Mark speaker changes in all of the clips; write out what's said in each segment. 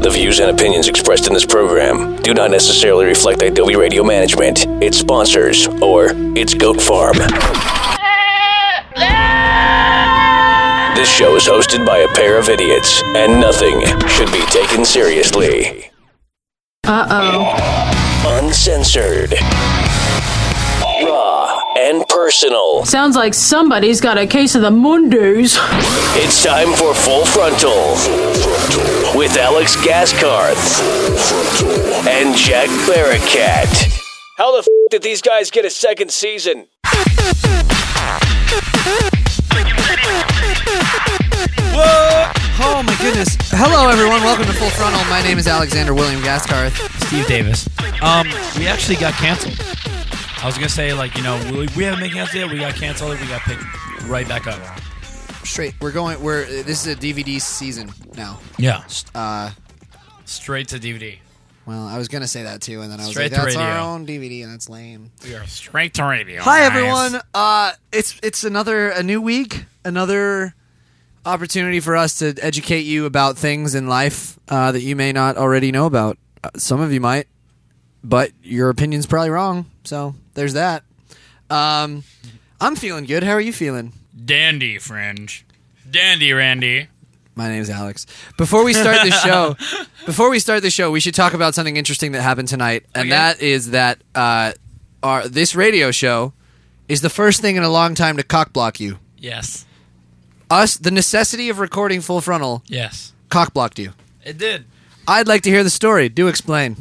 Speaker 1: The views and opinions expressed in this program do not necessarily reflect Adobe Radio Management, its sponsors, or its goat farm. This show is hosted by a pair of idiots, and nothing should be taken seriously. Uh oh. Uncensored. Raw and personal.
Speaker 2: Sounds like somebody's got a case of the Mundus.
Speaker 1: It's time for Full Frontal with Alex Gaskarth and Jack Barracat. How the f- did these guys get a second season?
Speaker 3: Oh my goodness. Hello everyone, welcome to Full Frontal. My name is Alexander William Gaskarth.
Speaker 4: Steve Davis. Um, we actually got canceled. I was gonna say like you know we, we haven't been canceled yet. We got canceled. We got picked right back up.
Speaker 3: Straight, we're going, we're, this is a DVD season now.
Speaker 4: Yeah.
Speaker 3: Uh,
Speaker 4: Straight to DVD.
Speaker 3: well, I was going to say that too, and then I was
Speaker 4: Straight
Speaker 3: like,
Speaker 4: to
Speaker 3: that's our
Speaker 4: radio.
Speaker 3: own DVD, and that's lame.
Speaker 4: We are straight to radio.
Speaker 3: Hi
Speaker 4: guys.
Speaker 3: everyone. Uh, it's, it's another, a new week, another opportunity for us to educate you about things in life uh, that you may not already know about. Uh, some of you might, but your opinion's probably wrong, so there's that. Um, I'm feeling good. How are you feeling?
Speaker 4: Dandy Fringe. Dandy Randy.
Speaker 3: My name's Alex. Before we start the show, before we start the show, we should talk about something interesting that happened tonight, and
Speaker 4: Okay.
Speaker 3: that is that uh, our this radio show is the first thing in a long time to cock block you.
Speaker 4: Yes.
Speaker 3: Us, the necessity of recording full frontal
Speaker 4: Yes.
Speaker 3: cock blocked you.
Speaker 4: It did.
Speaker 3: I'd like to hear the story. Do explain.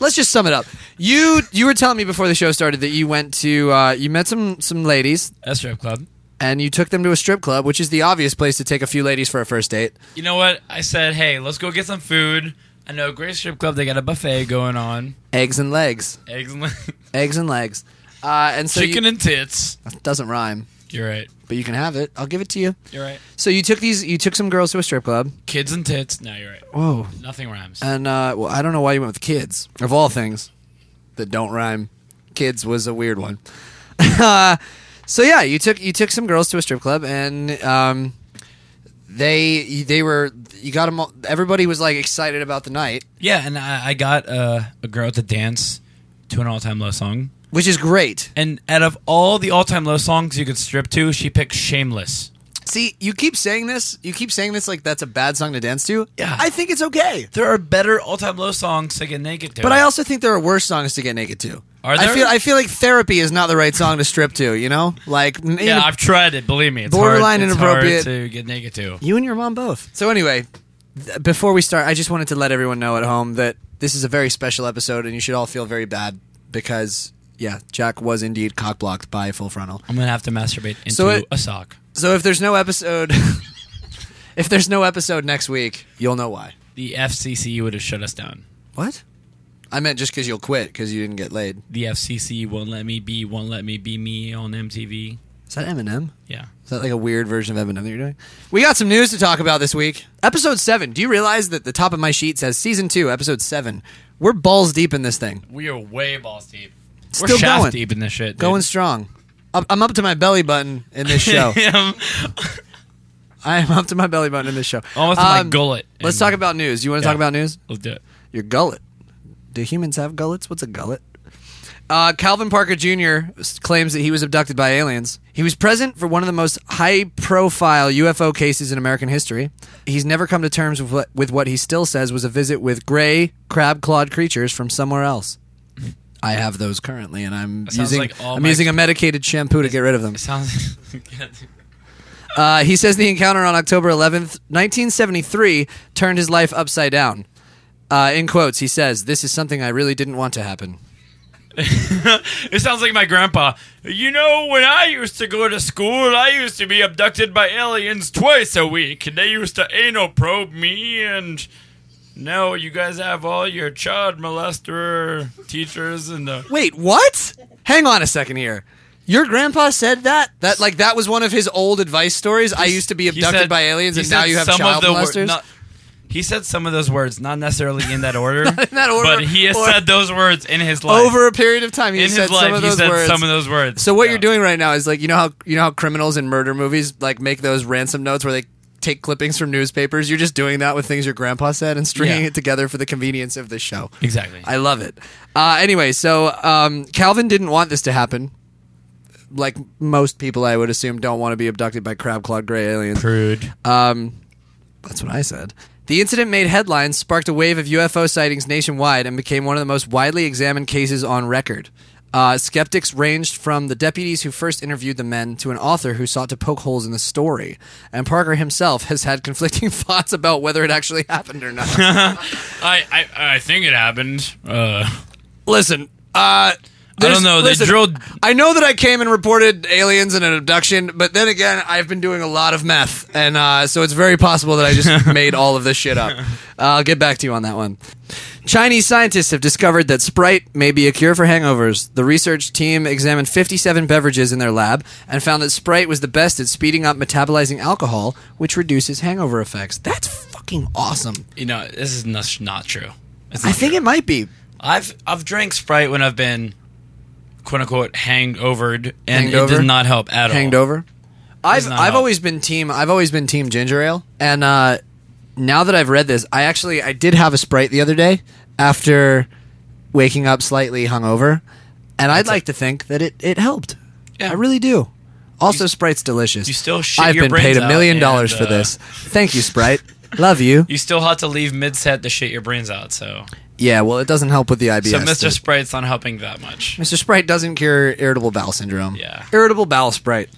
Speaker 3: Let's just sum it up. You you were telling me before the show started that you went to uh, you met some some ladies
Speaker 4: That's strip club.
Speaker 3: and you took them to a strip club, which is the obvious place to take a few ladies for a first date.
Speaker 4: You know what? I said, hey, let's go get some food. I know a great strip club. They got a buffet going on.
Speaker 3: Eggs and legs.
Speaker 4: Eggs and
Speaker 3: eggs and legs. Uh, and so
Speaker 4: chicken
Speaker 3: you,
Speaker 4: and tits.
Speaker 3: doesn't rhyme,
Speaker 4: You're right.
Speaker 3: but you can have it. I'll give it to you.
Speaker 4: You're right.
Speaker 3: So you took these, you took some girls to a strip club.
Speaker 4: Kids and tits. No, you're right.
Speaker 3: Whoa!
Speaker 4: Nothing rhymes.
Speaker 3: And uh, well, I don't know why you went with kids of all things that don't rhyme. Kids was a weird one. uh, so yeah, you took you took some girls to a strip club, and um, they they were you got them. All, everybody was like excited about the night,
Speaker 4: Yeah, and I, I got uh, a girl to dance to an all-time low song.
Speaker 3: which is great.
Speaker 4: And out of all the all-time low songs you could strip to, she picked "Shameless."
Speaker 3: See, you keep saying this, you keep saying this like that's a bad song to dance to.
Speaker 4: Yeah.
Speaker 3: I think it's okay.
Speaker 4: There are better all-time low songs to get naked to.
Speaker 3: But I also think there are worse songs to get naked to.
Speaker 4: Are
Speaker 3: I
Speaker 4: there?
Speaker 3: feel I feel like therapy is not the right song to strip to. You know, like n-
Speaker 4: yeah, I've tried it. Believe me, it's
Speaker 3: Borderline
Speaker 4: hard, it's
Speaker 3: inappropriate.
Speaker 4: hard to get naked to.
Speaker 3: you and your mom both. So anyway, th- before we start, I just wanted to let everyone know at home that this is a very special episode, and you should all feel very bad because yeah, Jack was indeed cock blocked by Full Frontal.
Speaker 4: I'm gonna have to masturbate into
Speaker 3: So it-
Speaker 4: a sock.
Speaker 3: So if there's no episode, if there's no episode next week, you'll know why.
Speaker 4: The FCC would have shut us down.
Speaker 3: What? I meant just because you'll quit because you didn't get laid.
Speaker 4: The FCC won't let me be, won't let me be me on MTV.
Speaker 3: Is that Eminem?
Speaker 4: Yeah,
Speaker 3: Is that like a weird version of Eminem that you're doing? We got some news to talk about this week. Episode seven. Do you realize that the top of my sheet says season two, episode seven? We're balls deep in this thing,
Speaker 4: we are way balls deep. We're
Speaker 3: Still
Speaker 4: shaft
Speaker 3: going.
Speaker 4: deep in this shit.
Speaker 3: going strong. Up- I'm up to my belly button in this show.
Speaker 4: Going.
Speaker 3: I am up to my belly button in this show. Um,
Speaker 4: Almost to my gullet.
Speaker 3: Let's
Speaker 4: And-
Speaker 3: talk about news. You want to talk
Speaker 4: Yeah.
Speaker 3: about news?
Speaker 4: Let's do it.
Speaker 3: Your gullet. Do humans have gullets? What's a gullet? Uh, Calvin Parker Jr. s- claims that he was abducted by aliens. He was present for one of the most high profile UFO cases in American history. He's never come to terms with what, with what he still says was a visit with gray, crab clawed creatures from somewhere else. I have those currently, and I'm
Speaker 4: sounds
Speaker 3: using
Speaker 4: like all
Speaker 3: I'm
Speaker 4: my-
Speaker 3: using a medicated shampoo to get rid of them.
Speaker 4: It sounds.
Speaker 3: Uh, he says the encounter on October 11th, 1973, turned his life upside down. Uh, in quotes, he says, "This is something I really didn't want to happen."
Speaker 4: It sounds like my grandpa. You know, when I used to go to school, I used to be abducted by aliens twice a week, and they used to anal probe me, and now you guys have all your child molester teachers and the.
Speaker 3: Wait, what? Hang on a second here. Your grandpa said that? That like that was one of his old advice stories. I used to be
Speaker 4: He
Speaker 3: abducted
Speaker 4: said-
Speaker 3: by aliens,
Speaker 4: he
Speaker 3: and now
Speaker 4: said
Speaker 3: you have
Speaker 4: some
Speaker 3: child
Speaker 4: of the wor-
Speaker 3: molesters.
Speaker 4: not- he said some of those words, not necessarily in that order,
Speaker 3: in that order,
Speaker 4: but he has
Speaker 3: or-
Speaker 4: said those words in his life.
Speaker 3: Over a period of time, he
Speaker 4: in
Speaker 3: said
Speaker 4: his life,
Speaker 3: some of
Speaker 4: he
Speaker 3: those
Speaker 4: said
Speaker 3: words.
Speaker 4: some of those words.
Speaker 3: so what
Speaker 4: Yeah.
Speaker 3: you're doing right now is like you know how you know how criminals in murder movies like make those ransom notes where they take clippings from newspapers. You're just doing that with things your grandpa said and stringing
Speaker 4: Yeah.
Speaker 3: it together for the convenience of the show.
Speaker 4: Exactly.
Speaker 3: I love it. Uh, anyway, so um, Calvin didn't want this to happen. Like most people, I would assume, don't want to be abducted by crab clawed gray aliens.
Speaker 4: Prude.
Speaker 3: Um, That's what I said. The incident made headlines, sparked a wave of UFO sightings nationwide, and became one of the most widely examined cases on record. Uh, skeptics ranged from the deputies who first interviewed the men to an author who sought to poke holes in the story. And Parker himself has had conflicting thoughts about whether it actually happened or not.
Speaker 4: I, I I think it happened. Uh,
Speaker 3: listen, uh, there's-
Speaker 4: don't know, they
Speaker 3: listen,
Speaker 4: drilled-
Speaker 3: I know that I came and reported aliens and an abduction, but then again, I've been doing a lot of meth, and uh, so it's very possible that I just made all of this shit up. Uh, I'll get back to you on that one. Chinese scientists have discovered that Sprite may be a cure for hangovers. The research team examined 57 beverages in their lab and found that Sprite was the best at speeding up metabolizing alcohol, which reduces hangover effects. That's fucking awesome.
Speaker 4: you know, this is not, not true. It's
Speaker 3: I
Speaker 4: not
Speaker 3: think it might be.
Speaker 4: I've I've drank Sprite when I've been quote unquote hangovered, and
Speaker 3: Hanged
Speaker 4: it
Speaker 3: over?
Speaker 4: does not help at all.
Speaker 3: hanged over. I've
Speaker 4: not
Speaker 3: I've
Speaker 4: help.
Speaker 3: always been team I've always been team ginger ale, and uh, now that I've read this, I actually I did have a sprite the other day after waking up slightly hungover, and I'd like to think that it it helped.
Speaker 4: Yeah.
Speaker 3: I really do. Also, Sprite's delicious.
Speaker 4: you still shit
Speaker 3: I've
Speaker 4: your
Speaker 3: been paid
Speaker 4: brains
Speaker 3: a
Speaker 4: out
Speaker 3: million
Speaker 4: and,
Speaker 3: dollars for
Speaker 4: uh,
Speaker 3: this. Thank you, Sprite. Love you.
Speaker 4: You still have to leave mid set to shit your brains out. So
Speaker 3: Yeah. Well, it doesn't help with the IBS.
Speaker 4: so
Speaker 3: does
Speaker 4: Mr.
Speaker 3: it?
Speaker 4: Sprite's not helping that much.
Speaker 3: Mr. Sprite doesn't cure irritable bowel syndrome.
Speaker 4: Yeah.
Speaker 3: Irritable bowel Sprite.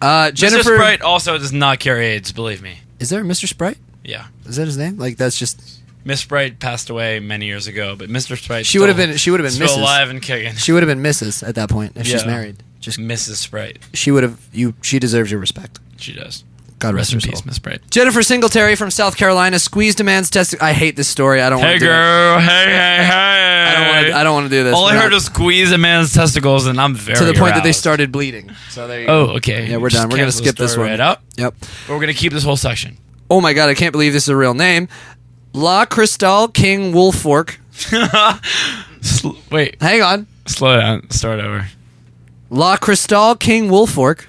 Speaker 3: Uh, Jennifer,
Speaker 4: Mr. Sprite also does not cure AIDS. Believe me.
Speaker 3: is there a Mr. Sprite?
Speaker 4: Yeah.
Speaker 3: Is that his name? Like that's just
Speaker 4: Miss Sprite passed away many years ago, but Mr. Sprite
Speaker 3: She would've
Speaker 4: still-
Speaker 3: been- she would've been
Speaker 4: still
Speaker 3: Mrs.
Speaker 4: alive and kicking.
Speaker 3: she would have been Mrs. at that point if she's
Speaker 4: Yeah.
Speaker 3: married. Just
Speaker 4: Mrs. Sprite,
Speaker 3: she would have you. She deserves your respect.
Speaker 4: she does.
Speaker 3: God rest,
Speaker 4: Rest in
Speaker 3: her
Speaker 4: peace,
Speaker 3: soul.
Speaker 4: Miss Sprite.
Speaker 3: Jennifer Singletary from South Carolina squeezed a man's test. I hate this story. I don't.
Speaker 4: Hey
Speaker 3: want to
Speaker 4: girl, hey hey hey!
Speaker 3: I don't want to. I don't want to do this.
Speaker 4: All I
Speaker 3: We're
Speaker 4: heard
Speaker 3: not-
Speaker 4: was squeeze a man's testicles, and I'm very
Speaker 3: to the point that they
Speaker 4: aroused.
Speaker 3: started bleeding. So there you go.
Speaker 4: Oh, okay.
Speaker 3: Yeah, we're
Speaker 4: Just
Speaker 3: done. We're gonna
Speaker 4: cancel the
Speaker 3: skip this
Speaker 4: story
Speaker 3: one.
Speaker 4: Right up.
Speaker 3: Yep.
Speaker 4: We're gonna keep this whole section.
Speaker 3: Oh my god, I can't believe this is a real name. La Cristal King Wolfork.
Speaker 4: Sl- wait,
Speaker 3: Hang on.
Speaker 4: slow down. Start over.
Speaker 3: La Cristal King Wolfork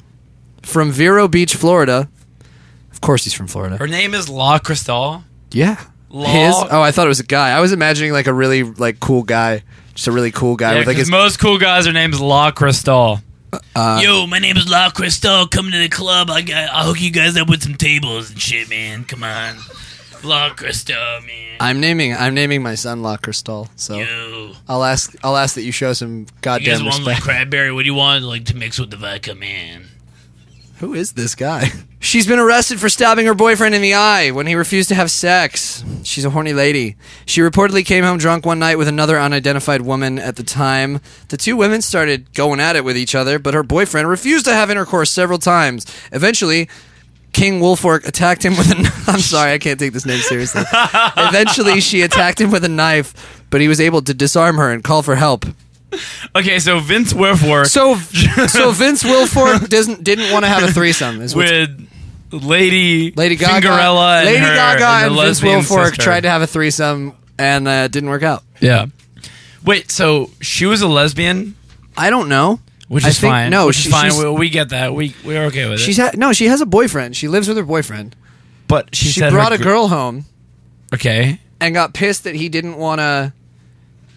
Speaker 3: from Vero Beach, Florida. Of course, he's from Florida.
Speaker 4: Her name is La Cristal.
Speaker 3: Yeah.
Speaker 4: Law-
Speaker 3: His? Oh, I thought it was a guy. I was imagining like a really like cool guy, just a really cool guy
Speaker 4: Yeah,
Speaker 3: with like
Speaker 4: 'cause
Speaker 3: his.
Speaker 4: most cool guys, their name's La Cristal.
Speaker 5: Yo, my name is La Cristal. Come to the club. I got. I'll hook you guys up with some tables and shit, man. Come on, La Cristal, man.
Speaker 3: I'm naming I'm naming my son La Cristal, so
Speaker 5: Yo,
Speaker 3: I'll ask I'll ask that you show some
Speaker 5: you guys
Speaker 3: goddamn
Speaker 5: want
Speaker 3: respect.
Speaker 5: like cranberry? What do you want like to mix with the vodka, man?
Speaker 3: Who is this guy? She's been arrested for stabbing her boyfriend in the eye when he refused to have sex. She's a horny lady. She reportedly came home drunk one night with another unidentified woman at the time. The two women started going at it with each other, but her boyfriend refused to have intercourse several times. Eventually, King Wolfork attacked him with a knife. I'm sorry, I can't take this name seriously. Eventually, she attacked him with a knife, but he was able to disarm her and call for help.
Speaker 4: Okay, so Vince Werfwork
Speaker 3: So, so Vince Wilfork doesn't, didn't want to have a threesome. Is what's
Speaker 4: with Lady
Speaker 3: Lady Gaga,
Speaker 4: Cinderella and
Speaker 3: Lady
Speaker 4: her-
Speaker 3: Gaga,
Speaker 4: and, the
Speaker 3: and, Vince
Speaker 4: lesbian
Speaker 3: Wilfork
Speaker 4: sister.
Speaker 3: tried to have a threesome and uh, it didn't work out.
Speaker 4: Yeah. Wait, so she was a lesbian,
Speaker 3: I don't know.
Speaker 4: which
Speaker 3: I
Speaker 4: is
Speaker 3: think-
Speaker 4: fine.
Speaker 3: No,
Speaker 4: which
Speaker 3: she-
Speaker 4: is fine.
Speaker 3: she's,
Speaker 4: We, we get that. We we're okay with
Speaker 3: she's
Speaker 4: it.
Speaker 3: ha- no, she has a boyfriend. She lives with her boyfriend.
Speaker 4: But she,
Speaker 3: She
Speaker 4: said her
Speaker 3: brought a
Speaker 4: gr-
Speaker 3: girl home
Speaker 4: Okay.
Speaker 3: and got pissed that he didn't want to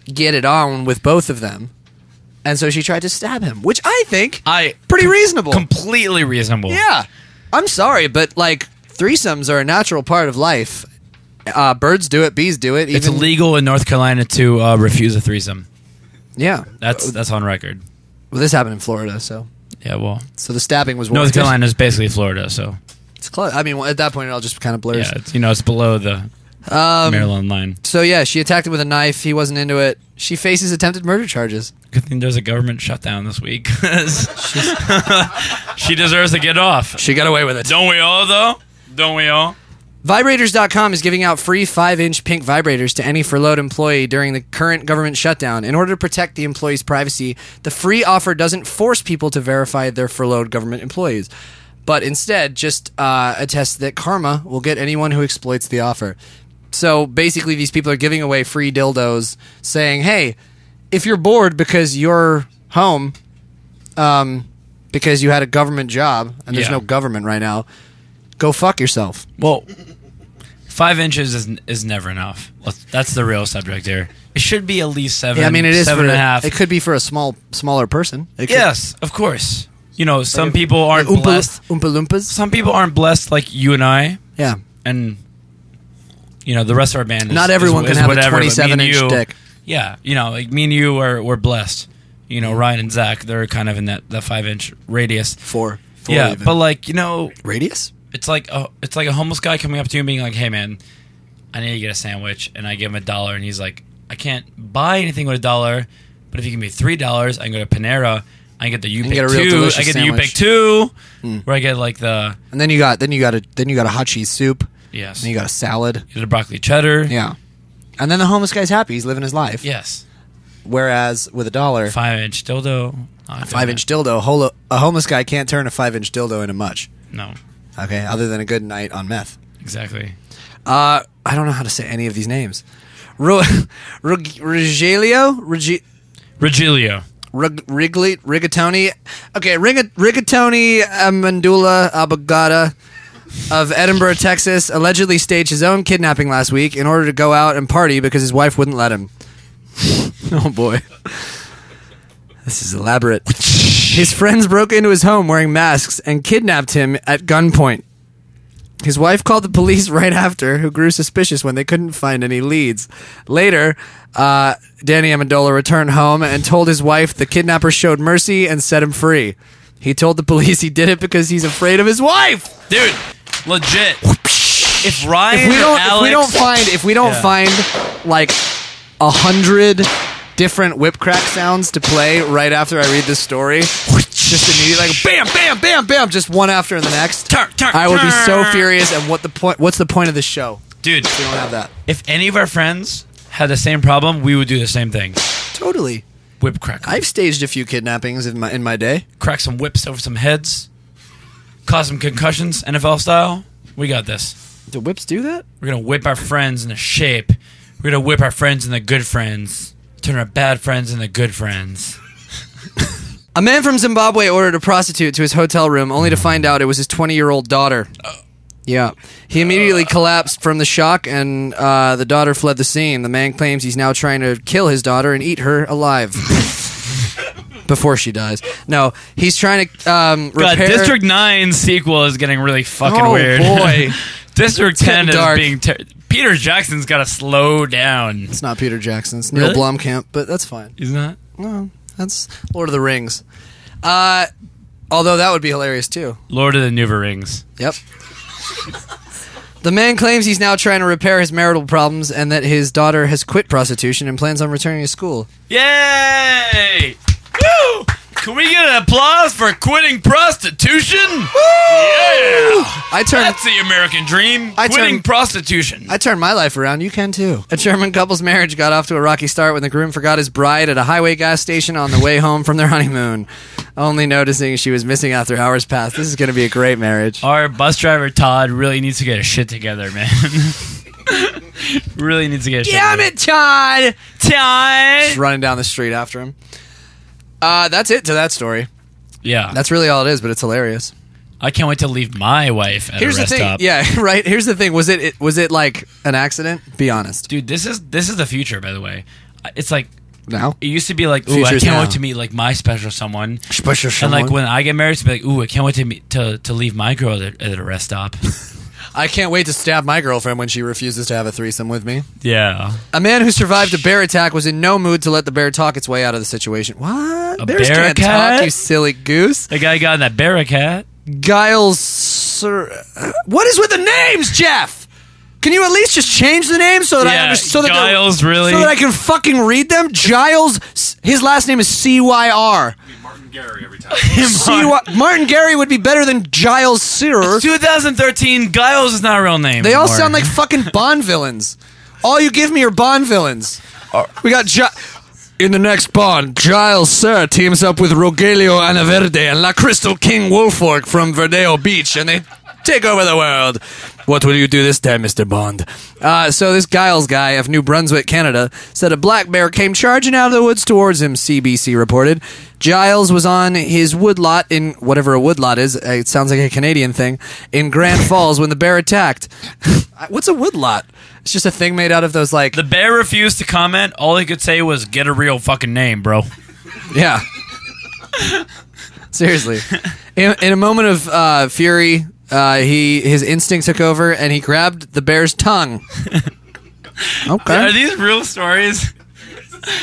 Speaker 3: get it on with both of them, and so she tried to stab him, which I think
Speaker 4: I
Speaker 3: pretty reasonable.
Speaker 4: completely reasonable.
Speaker 3: yeah, I'm sorry, but like threesomes are a natural part of life. Uh, birds do it, bees do it. Even,
Speaker 4: It's illegal in North Carolina to uh, refuse a threesome.
Speaker 3: Yeah,
Speaker 4: That's that's on record.
Speaker 3: well, this happened in Florida, so
Speaker 4: Yeah, well,
Speaker 3: so the stabbing was
Speaker 4: North
Speaker 3: warranted.
Speaker 4: Carolina is basically Florida, so
Speaker 3: It's close. I mean, well, at that point, it all just kind of blurs.
Speaker 4: yeah, it's, you know it's below the
Speaker 3: Um,
Speaker 4: Maryland line.
Speaker 3: So yeah, she attacked him with a knife. He wasn't into it. She faces attempted murder charges.
Speaker 4: Good thing there's a government shutdown this week 'cause she deserves to get off.
Speaker 3: She got away with it.
Speaker 4: Don't we all though? Don't we all?
Speaker 3: Vibrators.com is giving out free 5-inch pink vibrators to any furloughed employee during the current government shutdown. In order to protect the employee's privacy, the free offer doesn't force people to verify they're furloughed government employees, but instead just uh, attests that karma will get anyone who exploits the offer. So basically, these people are giving away free dildos, saying, "Hey, if you're bored because you're home, um, because you had a government job and there's
Speaker 4: Yeah.
Speaker 3: no government right now, Go fuck yourself.
Speaker 4: Well, five inches is is never enough. Let's- That's the real subject here. It should be at least seven.
Speaker 3: Yeah, I mean it is
Speaker 4: seven
Speaker 3: for
Speaker 4: and a
Speaker 3: a-
Speaker 4: half.
Speaker 3: It could be for a small, smaller person. It could,
Speaker 4: yes, of course. You know, some people aren't
Speaker 3: Oompa,
Speaker 4: blessed.
Speaker 3: Oompa Loompas.
Speaker 4: Some people aren't blessed like you and I,
Speaker 3: Yeah.
Speaker 4: and you know the rest of our band. Is,
Speaker 3: Not everyone
Speaker 4: is- is
Speaker 3: can have a
Speaker 4: whatever, but me and
Speaker 3: 27 inch
Speaker 4: you-
Speaker 3: dick.
Speaker 4: Yeah, you know, like me and you are we're blessed. You know, Ryan and Zach, they're kind of in that, that five inch radius.
Speaker 3: Four. Four
Speaker 4: yeah,
Speaker 3: even.
Speaker 4: but like you know,
Speaker 3: radius.
Speaker 4: it's like a, it's like a homeless guy coming up to you and being like, "Hey, man, I need to get a sandwich," and I give him a dollar, and he's like, "I can't buy anything with a dollar, but if you give me three dollars, I can go to Panera, I can get the you
Speaker 3: get a
Speaker 4: pick
Speaker 3: real
Speaker 4: two,
Speaker 3: delicious
Speaker 4: I get the you
Speaker 3: sandwich." Hmm.
Speaker 4: pick two, where I get like the
Speaker 3: And then you got then you got a then you got a hot cheese soup.
Speaker 4: yes,
Speaker 3: And you got a salad.
Speaker 4: you get a broccoli cheddar,
Speaker 3: Yeah. And then the homeless guy's happy. He's living his life.
Speaker 4: yes,
Speaker 3: Whereas with a dollar,
Speaker 4: five inch dildo, Oh, Not doing
Speaker 3: five inch dildo, holo- a homeless guy can't turn a five inch dildo into much.
Speaker 4: it. no,
Speaker 3: Okay, other than a good night on meth.
Speaker 4: exactly.
Speaker 3: Uh, I don't know how to say any of these names. Ro- Rog- Rogelio? Rogi-
Speaker 4: Regilio,
Speaker 3: Rig- Rigli- Rigatoni. Okay, Rig- Rigatoni Amandula Abogada of Edinburgh, Texas, allegedly staged his own kidnapping last week in order to go out and party because his wife wouldn't let him. oh boy. This is elaborate. His friends broke into his home wearing masks and kidnapped him at gunpoint. His wife called the police right after, who grew suspicious when they couldn't find any leads. Later, uh, Danny Amendola returned home and told his wife the kidnapper showed mercy and set him free. He told the police he did it because he's afraid of his wife.
Speaker 4: dude, legit. If Ryan,
Speaker 3: If we
Speaker 4: or
Speaker 3: don't,
Speaker 4: Alex,
Speaker 3: if we don't find, if we don't
Speaker 4: Yeah.
Speaker 3: find like a hundred different whip crack sounds to play right after I read this story, just immediately like bam, bam, bam, bam, just one after the next.
Speaker 4: Turn, turn,
Speaker 3: I would be so
Speaker 4: turn.
Speaker 3: furious. And what the point? What's the point of this show?
Speaker 4: dude,
Speaker 3: We don't have that.
Speaker 4: if any of our friends had the same problem, we would do the same thing.
Speaker 3: Totally.
Speaker 4: Whip crack,
Speaker 3: I've staged a few kidnappings in my in my day.
Speaker 4: crack some whips over some heads, cause some concussions, NFL style. We got this.
Speaker 3: Do whips do that?
Speaker 4: We're gonna whip our friends into shape. We're gonna whip our friends into good friends. Turn our bad friends into good friends.
Speaker 3: A man from Zimbabwe ordered a prostitute to his hotel room only to find out it was his 20-year-old daughter. Yeah. He immediately collapsed from the shock and uh, the daughter fled the scene. The man claims he's now trying to kill his daughter and eat her alive. Before she dies. No, he's trying to um,
Speaker 4: God,
Speaker 3: repair.
Speaker 4: District Nine sequel is getting really fucking
Speaker 3: Oh,
Speaker 4: weird.
Speaker 3: boy.
Speaker 4: District Ten
Speaker 3: getting
Speaker 4: is
Speaker 3: dark.
Speaker 4: being. Ter- Peter Jackson's got to slow down.
Speaker 3: It's not Peter Jackson. It's Neil
Speaker 4: Really?
Speaker 3: Blomkamp, but that's fine.
Speaker 4: He's not.
Speaker 3: No, that's Lord of the Rings. Uh, although that would be hilarious too.
Speaker 4: Lord of the Nuva Rings.
Speaker 3: Yep. the man claims he's now trying to repair his marital problems and that his daughter has quit prostitution and plans on returning to school.
Speaker 4: Yay! Woo! Can we get an applause for quitting prostitution? Yeah!
Speaker 3: I turned
Speaker 4: That's the American dream.
Speaker 3: I
Speaker 4: quitting
Speaker 3: turn-
Speaker 4: prostitution.
Speaker 3: I turned my life around. You can too. A German couple's marriage got off to a rocky start when the groom forgot his bride at a highway gas station on the way home from their honeymoon, only noticing she was missing after hours passed. This is going to be a great marriage.
Speaker 4: Our bus driver Todd really needs to get his shit together, man. really needs to get his
Speaker 3: Damn
Speaker 4: shit
Speaker 3: it, Todd!
Speaker 4: together. Damn
Speaker 3: Just running down the street after him. Uh, that's it to that story.
Speaker 4: Yeah.
Speaker 3: That's really all it is, but it's hilarious.
Speaker 4: I can't wait to leave my wife at
Speaker 3: Here's
Speaker 4: a
Speaker 3: the
Speaker 4: rest
Speaker 3: thing.
Speaker 4: stop.
Speaker 3: Yeah, right. Here's the thing. Was it, it was it like an accident? Be honest.
Speaker 4: Dude, this is this is the future, by the way. It's like
Speaker 3: Now.
Speaker 4: it used to be like, ooh, I
Speaker 3: Future's
Speaker 4: can't
Speaker 3: now.
Speaker 4: wait to meet like my special someone.
Speaker 3: Special
Speaker 4: And like
Speaker 3: someone.
Speaker 4: when I get married, it's be like, ooh, I can't wait to meet, to to leave my girl at, a- at a rest stop.
Speaker 3: I can't wait to stab my girlfriend when she refuses to have a threesome with me.
Speaker 4: yeah,
Speaker 3: A man who survived a bear attack was in no mood to let the bear talk its way out of the situation. What?
Speaker 4: A
Speaker 3: Bears
Speaker 4: bear
Speaker 3: can't
Speaker 4: cat?
Speaker 3: talk, you silly goose.
Speaker 4: the guy got in that barricade.
Speaker 3: Giles Sir What is with the names, Jeff? Can you at least just change the names so that I
Speaker 4: Yeah,
Speaker 3: understand? So that they're-
Speaker 4: Giles, really?
Speaker 3: So that I can fucking read them? Giles, his last name is C Y R.
Speaker 6: Martin Gary every time.
Speaker 3: See what Martin Gary would be better than Giles Searer.
Speaker 4: 2013. Giles is not a real name.
Speaker 3: They all
Speaker 4: anymore.
Speaker 3: sound like fucking Bond villains. All you give me are Bond villains. We got Gi- in the next Bond, Giles Sir teams up with Rogelio Anaverde and La Crystal King Wolfork from Verdeo Beach, and they take over the world. What will you do this time, Mr. Bond? Uh, so, this Giles guy of New Brunswick, Canada, said a black bear came charging out of the woods towards him, CBC reported. Giles was on his woodlot in whatever a woodlot is, uh, it sounds like a Canadian thing, in Grand Falls when the bear attacked. What's a woodlot? It's just a thing made out of those, like,
Speaker 4: The bear refused to comment. All he could say was, "Get a real fucking name, bro."
Speaker 3: Yeah. Seriously. In, in a moment of uh, fury, uh, he his instinct took over and he grabbed the bear's tongue.
Speaker 4: Are
Speaker 3: Okay.
Speaker 4: these real stories? Is,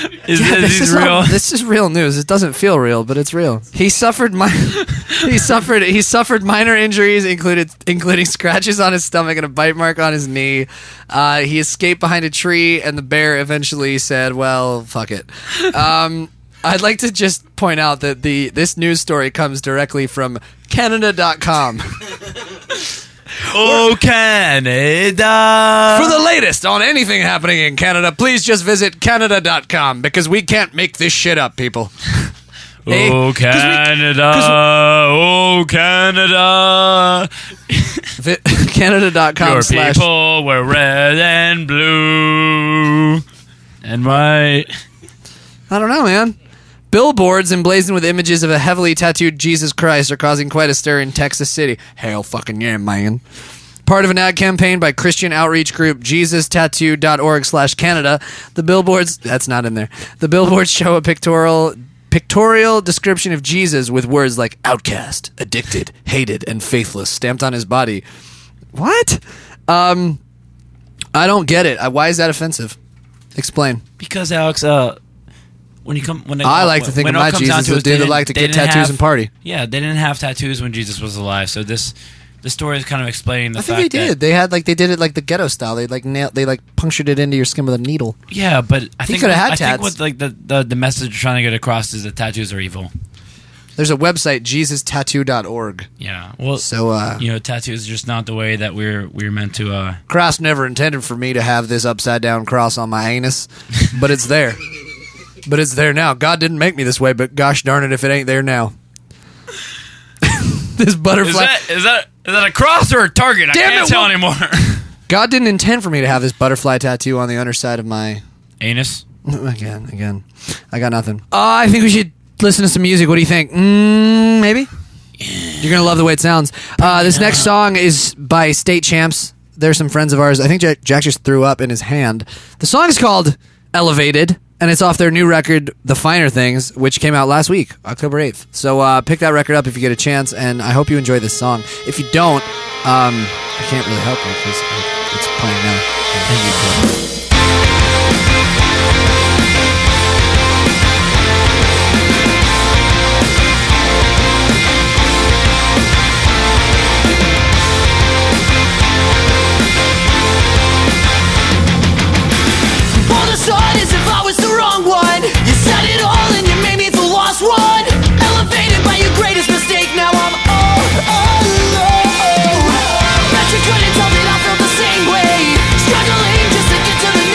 Speaker 3: Yeah,
Speaker 4: is
Speaker 3: this,
Speaker 4: these
Speaker 3: is
Speaker 4: real?
Speaker 3: all- this is real news. It doesn't feel real, but it's real. He suffered mi- he suffered he suffered minor injuries, included including scratches on his stomach and a bite mark on his knee. Uh, he escaped behind a tree, and the bear eventually said, "Well, fuck it." Um, I'd like to just point out that the this news story comes directly from Canada.com.
Speaker 4: oh, Canada.
Speaker 3: For the latest on anything happening in Canada, please just visit Canada.com because we can't make this shit up, people. Hey,
Speaker 4: oh,
Speaker 3: 'cause we-
Speaker 4: Canada.
Speaker 3: 'cause
Speaker 4: oh, Canada.
Speaker 3: Vi- Canada.com
Speaker 4: Your
Speaker 3: slash.
Speaker 4: people were red and blue and white.
Speaker 3: I don't know, man. Billboards emblazoned with images of a heavily tattooed Jesus Christ are causing quite a stir in Texas City. Hell fucking yeah, man. Part of an ad campaign by Christian outreach group JesusTattoo.org slash Canada, the billboards that's not in there. The billboards show a pictorial pictorial description of Jesus with words like outcast, addicted, hated, and faithless stamped on his body. What? Um I don't get it. I- Why is that offensive? Explain.
Speaker 5: Because Alex, uh, when you come when it-
Speaker 3: I like to
Speaker 5: when-
Speaker 3: think
Speaker 5: when it
Speaker 3: of
Speaker 5: all
Speaker 3: my
Speaker 5: comes down
Speaker 3: Jesus
Speaker 5: to
Speaker 3: as
Speaker 5: it,
Speaker 3: a dude
Speaker 5: they
Speaker 3: that
Speaker 5: didn't-
Speaker 3: liked to
Speaker 5: they
Speaker 3: get
Speaker 5: didn't
Speaker 3: tattoos
Speaker 5: have-
Speaker 3: and party.
Speaker 5: Yeah, they didn't have tattoos when Jesus was alive, so this the story is kind of explaining the
Speaker 3: I
Speaker 5: fact
Speaker 3: think they did.
Speaker 5: that
Speaker 3: They had like they did it like the ghetto style. They like nailed, they like punctured it into your skin with a needle.
Speaker 5: yeah, but I think
Speaker 3: coulda
Speaker 5: what-
Speaker 3: had
Speaker 5: I
Speaker 3: tats.
Speaker 5: think what like the, the the message they're trying to get across is that tattoos are evil.
Speaker 3: There's a website jesustattoo.org.
Speaker 5: Yeah, well,
Speaker 3: So uh
Speaker 5: you know, tattoos are just not the way that we're we're meant to. uh
Speaker 3: Christ never intended for me to have this upside down cross on my anus, but it's there. but it's there now. God didn't make me this way, but gosh darn it if it ain't there now. this
Speaker 4: Is
Speaker 3: butterfly
Speaker 4: that is that is that a cross or a target? I
Speaker 3: Damn
Speaker 4: can't
Speaker 3: it,
Speaker 4: tell
Speaker 3: what-
Speaker 4: anymore.
Speaker 3: God didn't intend for me to have this butterfly tattoo on the underside of my
Speaker 4: Anus.
Speaker 3: Again, again. I got nothing. Uh, I think we should listen to some music. What do you think? Mm, maybe? You're going to love the way it sounds. Uh, this next song is by State Champs. They're some friends of ours. I think Jack, Jack just threw up in his hand. The song is called Elevated, and it's off their new record, The Finer Things, which came out last week, October 8th. So uh, pick that record up if you get a chance, and I hope you enjoy this song. If you don't, um, I can't really help you because it's playing now.
Speaker 6: Well, the thought is if I was the wrong one, you said it all and you made me the lost one. Elevated by your greatest mistake, now I'm all alone. Bet you couldn't tell that I felt the same way, struggling just to get to the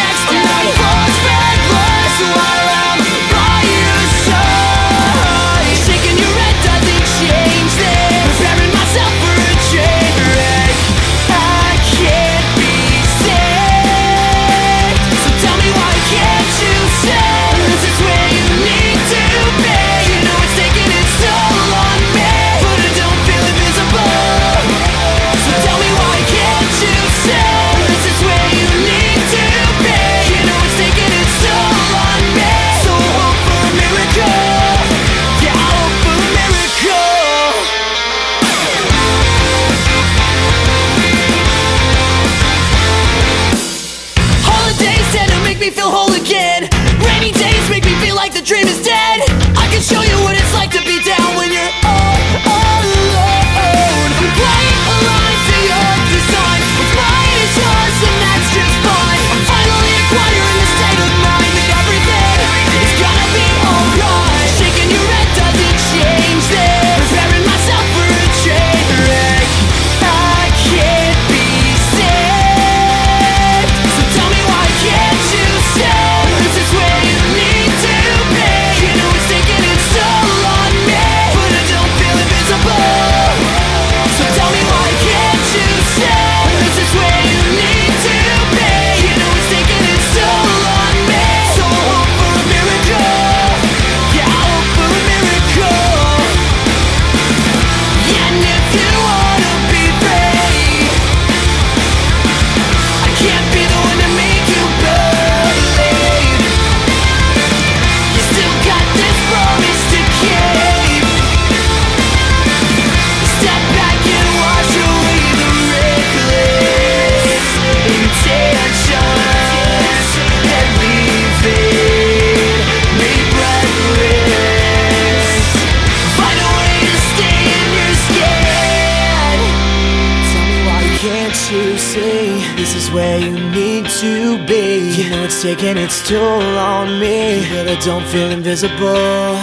Speaker 6: Can't you see? This is where you need to be. You know it's taking its toll on me, but I don't feel invisible.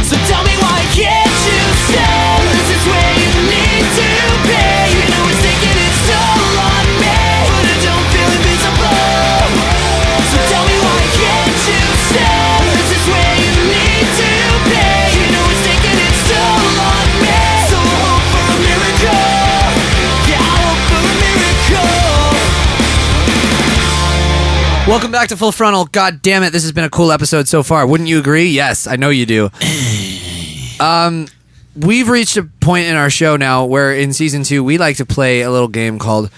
Speaker 6: So tell me why can't you say this is where you need to be? You know it's taking its toll on me, but I don't feel invisible. So tell me why can't you say this is where you need to be? You know it's taking its toll on me, so I hope for a miracle. Yeah, I hope for a miracle.
Speaker 3: Welcome back to Full Frontal. God damn it, this has been a cool episode so far. Wouldn't you agree? Yes, I know you do. Um, we've reached a point in our show now where in season two we like to play a little game called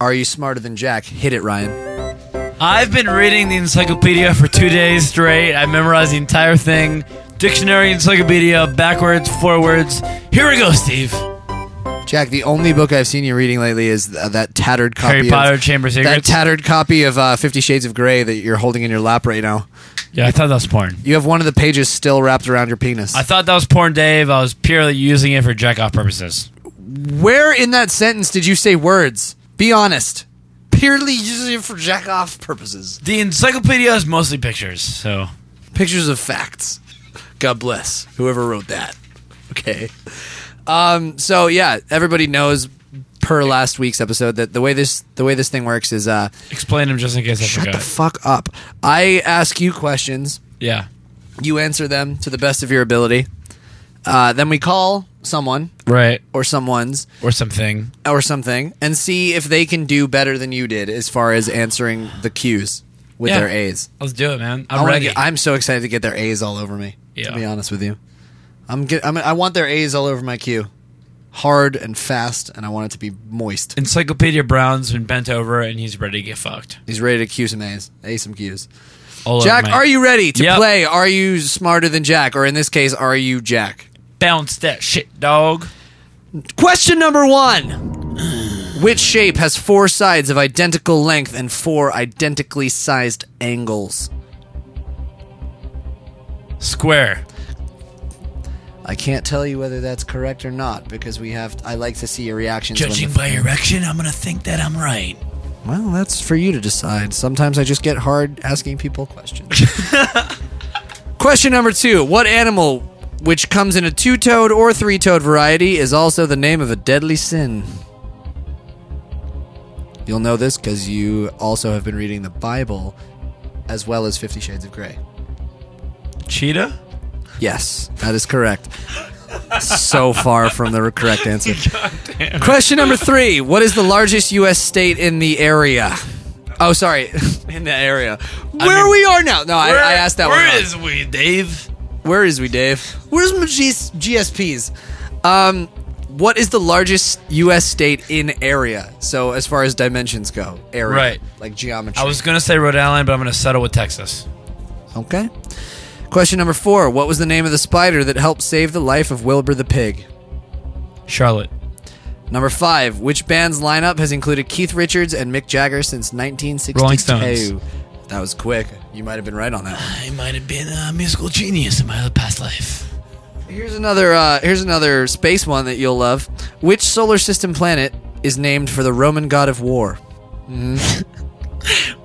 Speaker 3: "Are You Smarter Than Jack?" Hit it, Ryan.
Speaker 4: I've been reading the encyclopedia for two days straight. I memorized the entire thing. Dictionary, encyclopedia, backwards, forwards. Here we go, Steve.
Speaker 3: Jack, the only book I've seen you reading lately is th- uh, that tattered copy
Speaker 4: Harry
Speaker 3: of
Speaker 4: Potter, Chamber of
Speaker 3: that
Speaker 4: Secrets.
Speaker 3: tattered copy of uh, Fifty Shades of Grey that you're holding in your lap right now.
Speaker 4: yeah, I thought that was porn.
Speaker 3: You have one of the pages still wrapped around your penis.
Speaker 4: I thought that was porn, Dave. I was purely using it for jack off purposes.
Speaker 3: Where in that sentence did you say words? Be honest. Purely using it for jack off purposes.
Speaker 4: The encyclopedia is mostly pictures, so
Speaker 3: pictures of facts. God bless whoever wrote that. Okay. Um, so yeah, everybody knows per last week's episode that the way this the way this thing works is uh,
Speaker 4: explain them just in case I
Speaker 3: shut the
Speaker 4: forgot.
Speaker 3: fuck up. I ask you questions,
Speaker 4: yeah.
Speaker 3: you answer them to the best of your ability. Uh, then we call someone
Speaker 4: Right.
Speaker 3: or someone's
Speaker 4: Or something.
Speaker 3: or something and see if they can do better than you did as far as answering the cues with
Speaker 4: Yeah.
Speaker 3: their A's.
Speaker 4: Let's do it, man.
Speaker 3: I
Speaker 4: I'm
Speaker 3: wanna
Speaker 4: ready.
Speaker 3: get- I'm so excited to get their A's all over me.
Speaker 4: Yeah.
Speaker 3: To be honest with you, I'm, get, I'm. I want their A's all over my cue, hard and fast, and I want it to be moist.
Speaker 4: Encyclopedia Brown's been bent over and he's ready to get fucked.
Speaker 3: He's ready to cue some A's, A some Q's.
Speaker 4: All over
Speaker 3: Jack,
Speaker 4: my-
Speaker 3: are you ready to
Speaker 4: Yep.
Speaker 3: play? Are you smarter than Jack, or in this case, are you Jack?
Speaker 4: bounce that shit, dog?
Speaker 3: Question number one: Which shape has four sides of identical length and four identically sized angles?
Speaker 4: Square.
Speaker 3: I can't tell you whether that's correct or not because we have. I like to see your reactions. when
Speaker 5: Judging
Speaker 3: the-
Speaker 5: by erection, I'm gonna think that I'm right.
Speaker 3: Well, that's for you to decide. Sometimes I just get hard asking people questions. Question number two What animal, which comes in a two toed or three toed variety, is also the name of a deadly sin? You'll know this because you also have been reading the Bible as well as Fifty Shades of Grey.
Speaker 4: Cheetah?
Speaker 3: Yes, that is correct. so far from the correct answer. Question number three What is the largest U.S. state in the area? Oh, sorry. In the area. Where we are now. No, I, I asked that one.
Speaker 4: Where
Speaker 3: wrong.
Speaker 4: is we, Dave?
Speaker 3: Where is we, Dave? Where's my G- GSPs? Um, what is the largest U.S. state in area? So, as far as dimensions go, area.
Speaker 4: Right.
Speaker 3: Like geometry.
Speaker 4: I was gonna say Rhode Island, but I'm gonna settle with Texas.
Speaker 3: okay. Question number four What was the name of the spider that helped save the life of Wilbur the pig?
Speaker 4: Charlotte.
Speaker 3: Number five, which band's lineup has included Keith Richards and Mick Jagger since 1962?
Speaker 4: Rolling Stones.
Speaker 3: That was quick. You might have been right on that.
Speaker 5: I might have been a musical genius in my other past life.
Speaker 3: Here's another. Uh, here's another space one that you'll love. Which solar system planet is named for the Roman god of war?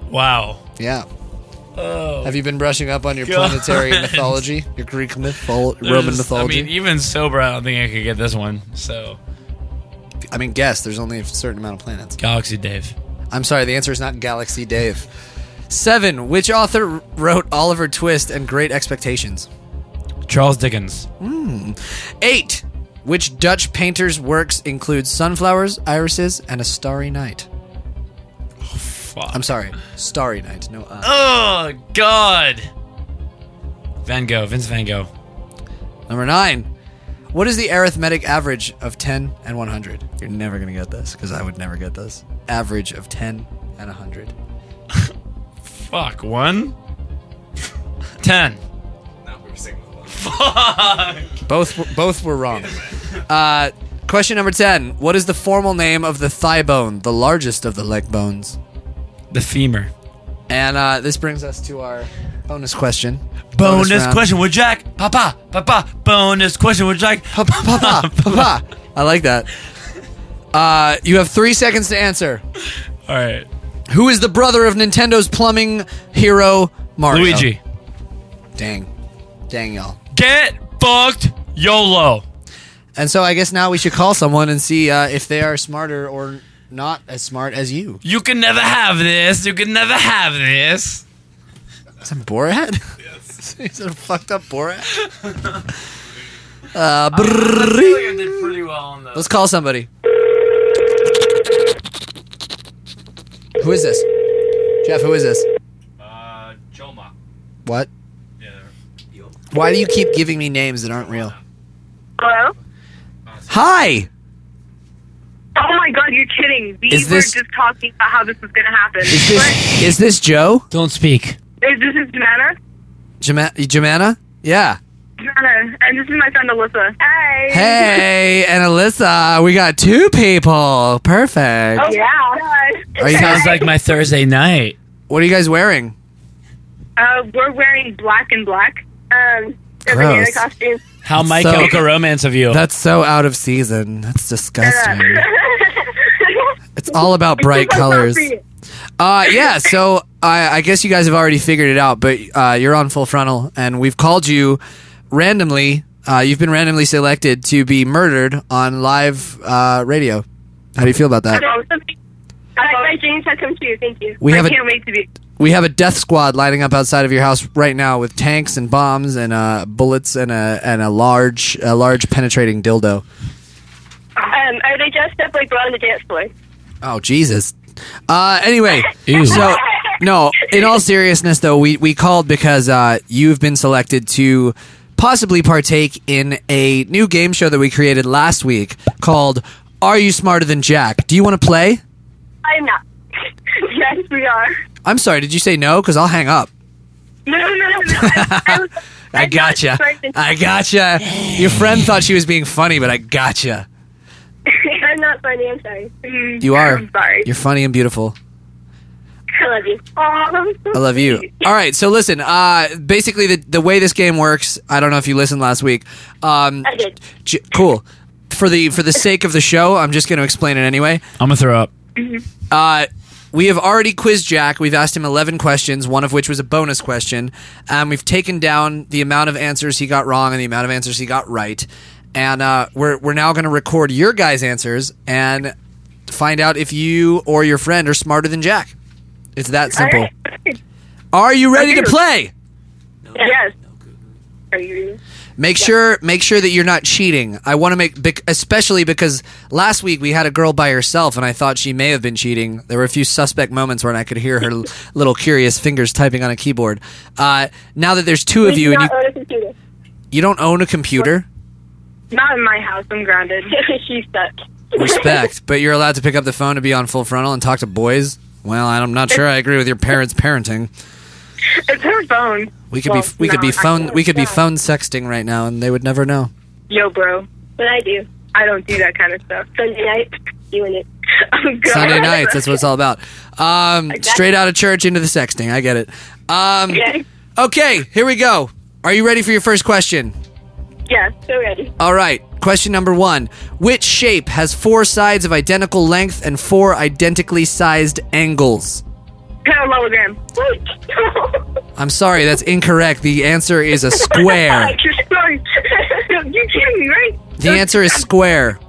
Speaker 4: Wow.
Speaker 3: Yeah. Oh, have you been brushing up on your planetary mythology, your Greek mytholo- Roman
Speaker 4: There's-
Speaker 3: mythology?
Speaker 4: I mean, even sober, I don't think I could get this one. So,
Speaker 3: I mean, guess there's only a certain amount of planets.
Speaker 4: Galaxy Dave.
Speaker 3: I'm sorry, the answer is not Galaxy Dave. Seven. Which author wrote Oliver Twist and Great Expectations?
Speaker 4: Charles Dickens.
Speaker 3: Eight. Which Dutch painter's works include sunflowers, irises, and a starry night?
Speaker 4: Fuck.
Speaker 3: I'm sorry, starry night. No. Uh.
Speaker 4: Oh, God. Van Gogh. Vince Van Gogh.
Speaker 3: Number nine. What is the arithmetic average of 10 and 100? You're never gonna get this because I would never get this. Average of 10 and 100.
Speaker 4: Fuck. One? Ten.
Speaker 3: Both were- both were wrong. Uh, question number 10. What is the formal name of the thigh bone, the largest of the leg bones?
Speaker 4: The femur.
Speaker 3: And uh, this brings us to our bonus question.
Speaker 4: Bonus,
Speaker 3: round.
Speaker 4: question with Jack. Papa. Papa. Bonus question with Jack.
Speaker 3: Pa- pa- pa- pa- pa. I like that. Uh, you have three seconds to answer.
Speaker 4: All right.
Speaker 3: Who is the brother of Nintendo's plumbing hero Mario?
Speaker 4: Luigi.
Speaker 3: Dang. Dang y'all.
Speaker 4: Get fucked YOLO.
Speaker 3: And so I guess now we should call someone and see uh, if they are smarter or not as smart as you.
Speaker 4: You can never have this. You can never have this.
Speaker 3: Is that Borat? Yes. is that a fucked up Borat? uh, brrrr.
Speaker 4: I did pretty well on those.
Speaker 3: Let's call somebody. Who is this? Jeff, who is this?
Speaker 4: Uh, Joma.
Speaker 3: What?
Speaker 4: Yeah.
Speaker 3: Why do you keep giving me names that aren't real?
Speaker 7: Hello?
Speaker 3: Hi!
Speaker 7: Oh my god, you're kidding. We
Speaker 3: Is
Speaker 7: were
Speaker 3: this-
Speaker 7: just talking about how this was going to happen.
Speaker 3: Is this, is this Joe?
Speaker 5: Don't speak.
Speaker 7: What? Is this is Jana?
Speaker 3: Jama- Jemana? Yeah.
Speaker 7: Jana. And this is my friend Alyssa. Hey.
Speaker 3: Hey, and Alyssa, we got two people. Perfect.
Speaker 7: Oh, yeah.
Speaker 3: Are you guys,
Speaker 5: Sounds like my Thursday night.
Speaker 3: what are you guys wearing?
Speaker 7: Uh, we're wearing black and black. Um,
Speaker 3: Gross.
Speaker 7: costume.
Speaker 5: How my
Speaker 3: So-
Speaker 5: Chemical Romance of you.
Speaker 3: That's so out of season. That's disgusting. It's all about bright colors. Uh, yeah, so I, I guess you guys have already figured it out, but uh, you're on Full Frontal, and we've called you randomly. Uh, you've been randomly selected to be murdered on live uh, radio. How do you feel about that?
Speaker 7: my dreams have come true. Thank you.
Speaker 3: We
Speaker 7: I
Speaker 3: have a-
Speaker 7: can't wait to be.
Speaker 3: We have a death squad lining up outside of your house right now with tanks and bombs and uh, bullets and a and a large a large penetrating dildo.
Speaker 7: Um, are they dressed up like we're on the dance floor?
Speaker 3: Oh Jesus. Uh, anyway, so no. In all seriousness, though, we we called because uh, you've been selected to possibly partake in a new game show that we created last week called "Are You Smarter Than Jack?" Do you want to play?
Speaker 7: I'm not. yes, we are.
Speaker 3: I'm sorry. Did you say no? Because I'll hang up.
Speaker 7: No, no, no, no. I, I, was-
Speaker 3: I
Speaker 7: I'm not
Speaker 3: gotcha.
Speaker 7: smart than-
Speaker 3: I gotcha. Your friend thought she was being funny, but I gotcha.
Speaker 7: I'm not funny. I'm sorry. Mm,
Speaker 3: You are.
Speaker 7: I'm sorry.
Speaker 3: You're funny and beautiful.
Speaker 7: I love you. Um, Aw,
Speaker 3: I love you. All right, so listen. Uh, basically, the the way this game works, I don't know if you listened last week. Um,
Speaker 7: I did.
Speaker 3: j- cool. For the for the sake of the show, I'm just going to explain it anyway.
Speaker 5: I'm gonna throw up.
Speaker 3: Uh, we have already quizzed Jack. We've asked him 11 questions, one of which was a bonus question. And we've taken down the amount of answers he got wrong and the amount of answers he got right. And uh, we're, we're now going to record your guys' answers and find out if you or your friend are smarter than Jack. It's that simple.
Speaker 7: All right.
Speaker 3: Are you ready to
Speaker 7: Okay.
Speaker 3: play?
Speaker 7: Yes. Are you?
Speaker 3: Make sure make sure that you're not cheating. I want to make bec- especially because last week we had a girl by herself and I thought she may have been cheating. There were a few suspect moments where I could hear her l- little curious fingers typing on a keyboard. Uh, now that there's two of
Speaker 7: We
Speaker 3: you
Speaker 7: do
Speaker 3: and you,
Speaker 7: not own a computer.
Speaker 3: you don't own a computer,
Speaker 7: Not in my house. I'm grounded. She's stuck.
Speaker 3: respect, but you're allowed to pick up the phone to be on full frontal and talk to boys. Well, I'm not sure I agree with your parents' parenting.
Speaker 7: it's her phone.
Speaker 3: We could
Speaker 7: Well,
Speaker 3: be we
Speaker 7: no,
Speaker 3: could be
Speaker 7: I
Speaker 3: phone
Speaker 7: can't.
Speaker 3: we could be
Speaker 7: Yeah.
Speaker 3: phone sexting right now and they would never know.
Speaker 7: Yo, bro. But I do. I don't do that kind of stuff. Sunday night, doing it. I'm grounded.
Speaker 3: Sunday nights. That's what it's all about. Um, Straight out of church into the sexting. I get it. Um,
Speaker 7: Okay.
Speaker 3: okay, here we go. Are you ready for your first question?
Speaker 7: Yes. So ready.
Speaker 3: All right. Question number one Which shape has four sides of identical length and four identically sized angles?
Speaker 7: Parallelogram.
Speaker 3: I'm sorry, that's incorrect. The answer is a square.
Speaker 7: You're sorry. You're kidding me, right?
Speaker 3: The answer is square.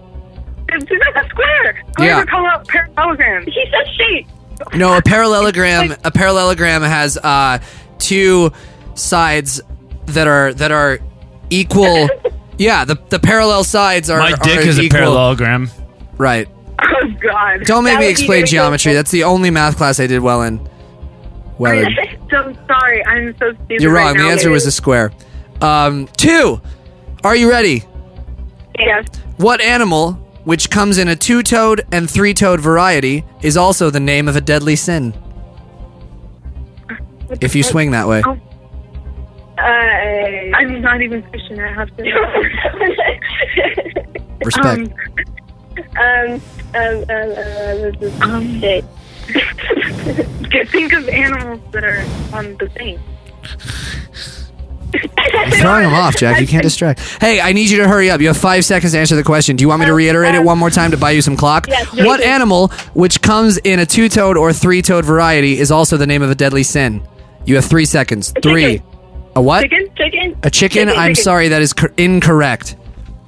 Speaker 7: It's not a square. Whoever
Speaker 3: Yeah.
Speaker 7: come up parallelogram. He said shape.
Speaker 3: No, a parallelogram. A parallelogram has uh, two sides that are that are equal. Yeah, the, the parallel sides are.
Speaker 5: My
Speaker 3: are
Speaker 5: dick is a
Speaker 3: equal.
Speaker 5: parallelogram.
Speaker 3: Right.
Speaker 7: Oh God.
Speaker 3: Don't make me
Speaker 7: That would be very
Speaker 3: explain geometry. That's the only math class I did well in. Well, in.
Speaker 7: difficult. so sorry. I'm so stupid.
Speaker 3: you're wrong.
Speaker 7: Right
Speaker 3: The
Speaker 7: now.
Speaker 3: answer was a square. Um, two. Are you ready?
Speaker 7: Yes.
Speaker 3: What animal, which comes in a two-toed and three-toed variety, is also the name of a deadly sin? If you swing that way.
Speaker 7: um, Uh, I'm not even Christian. I have to.
Speaker 3: Respect.
Speaker 7: um. Um. Um. Um. um shit. Think of animals that are on the thing.
Speaker 3: You're throwing them off, Jack. You can't distract. Hey, I need you to hurry up. You have five seconds to answer the question. Do you want me to reiterate it one more time to buy you some clock?
Speaker 7: Yes, please.
Speaker 3: what animal, which comes in a two toed or three toed variety, is also the name of a deadly sin? You have three seconds. Three.
Speaker 7: chicken.
Speaker 3: A what?
Speaker 7: Chicken? Chicken?
Speaker 3: A chicken? I'm
Speaker 7: chicken.
Speaker 3: sorry, that is cor- incorrect.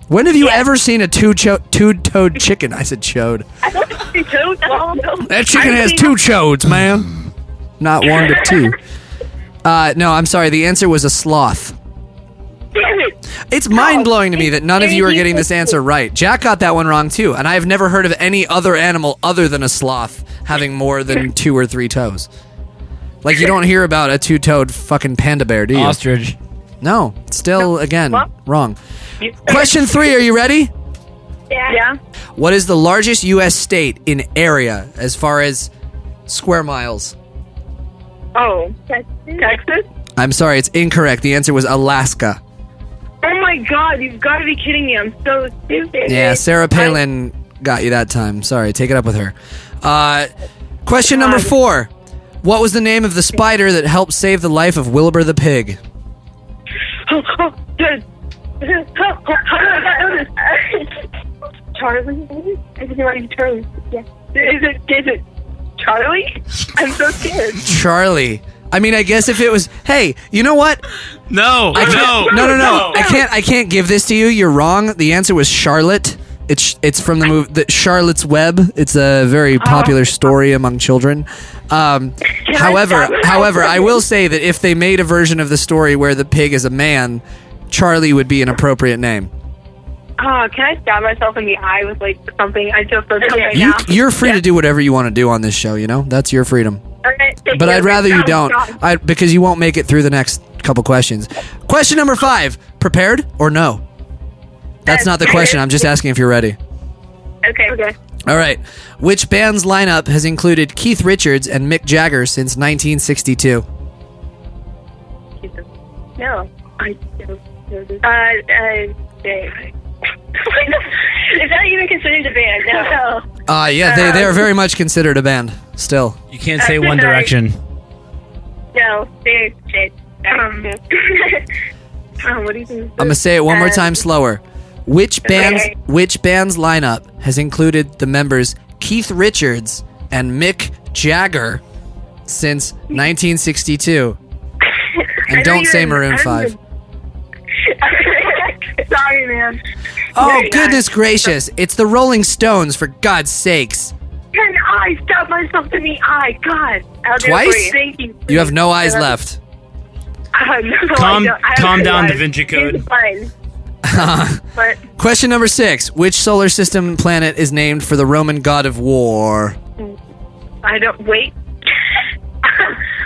Speaker 3: When have you
Speaker 7: Yeah.
Speaker 3: ever seen a two two toed chicken? I said chode.
Speaker 7: I don't see toads at all. No.
Speaker 3: That chicken
Speaker 7: I
Speaker 3: has
Speaker 7: see-
Speaker 3: two chodes, man. Not one, but two. Uh, no, I'm sorry. The answer was a sloth.
Speaker 7: Damn it.
Speaker 3: It's mind blowing to me that none of you are getting this answer right. Jack got that one wrong too, and I have never heard of any other animal other than a sloth having more than two or three toes. Like you don't hear about a two-toed fucking panda bear, do you?
Speaker 4: Ostrich.
Speaker 3: No, still again
Speaker 7: Well-
Speaker 3: wrong. Question 3, are you ready?
Speaker 7: Yeah. Yeah.
Speaker 3: What is the largest US state in area as far as square miles?
Speaker 7: Oh. Texas?
Speaker 3: I'm sorry, it's incorrect. The answer was Alaska.
Speaker 7: Oh my god, you've got to be kidding me. I'm so stupid.
Speaker 3: Yeah, Sarah Palin got you that time. Sorry, take it up with her. Uh, question number four. What was the name of the spider that helped save the life of Wilbur the pig?
Speaker 7: Charlie? I think you're right, Charlie. Yeah. Is it, is it Charlie? I'm so scared.
Speaker 3: Charlie. I mean, I guess if it was, hey, you know what?
Speaker 4: No,
Speaker 3: I
Speaker 4: no,
Speaker 3: can't, no, no, no. I can't. I can't give this to you. You're wrong. The answer was Charlotte. It's it's from the movie the Charlotte's Web. It's a very popular story among children. Um, however,
Speaker 7: stop?
Speaker 3: however, I will say that if they made a version of the story where the pig is a man, Charlie would be an appropriate name.
Speaker 7: Oh, can I stab myself in the eye with like something? I just feel something right
Speaker 3: You,
Speaker 7: now.
Speaker 3: you're free to do whatever you want to do on this show. You know that's your freedom.
Speaker 7: Okay, thank
Speaker 3: But
Speaker 7: you.
Speaker 3: I'd rather you
Speaker 7: Oh,
Speaker 3: don't,
Speaker 7: God.
Speaker 3: I, because you won't make it through the next couple questions. Question number five: Prepared or no? That's not the question. I'm just asking if you're ready.
Speaker 7: Okay. Okay.
Speaker 3: All right. Which band's lineup has included Keith Richards and Mick Jagger since 1962?
Speaker 7: No. I don't know this. Uh, uh, Dave. Is that even considered a band? No.
Speaker 3: Uh, yeah, they, they are very much considered a band still.
Speaker 4: You can't say
Speaker 7: One
Speaker 4: One Direction.
Speaker 7: No. They shit. Um, um, what do you think?
Speaker 3: I'm going to say it one more time slower. Which band's,
Speaker 7: Okay.
Speaker 3: which band's lineup has included the members Keith Richards and Mick Jagger since 1962?
Speaker 7: I
Speaker 3: And don't say
Speaker 7: even-
Speaker 3: Maroon
Speaker 7: I don't
Speaker 3: 5.
Speaker 7: even- Sorry, man.
Speaker 3: Oh,
Speaker 7: Yeah.
Speaker 3: goodness gracious. It's the Rolling Stones, for God's sakes.
Speaker 7: Can I stab myself in the eye? God. I'll do it
Speaker 3: Twice?
Speaker 7: for you. Thank you.
Speaker 3: You have no eyes
Speaker 7: Uh,
Speaker 3: left.
Speaker 7: Uh, no, I
Speaker 4: Calm-
Speaker 7: don't. I
Speaker 4: calm
Speaker 7: have
Speaker 4: down,
Speaker 7: eyes.
Speaker 4: Da Vinci Code.
Speaker 7: It's fine. but
Speaker 3: Question number six. Which solar system planet is named for the Roman god of war?
Speaker 7: I don't wait.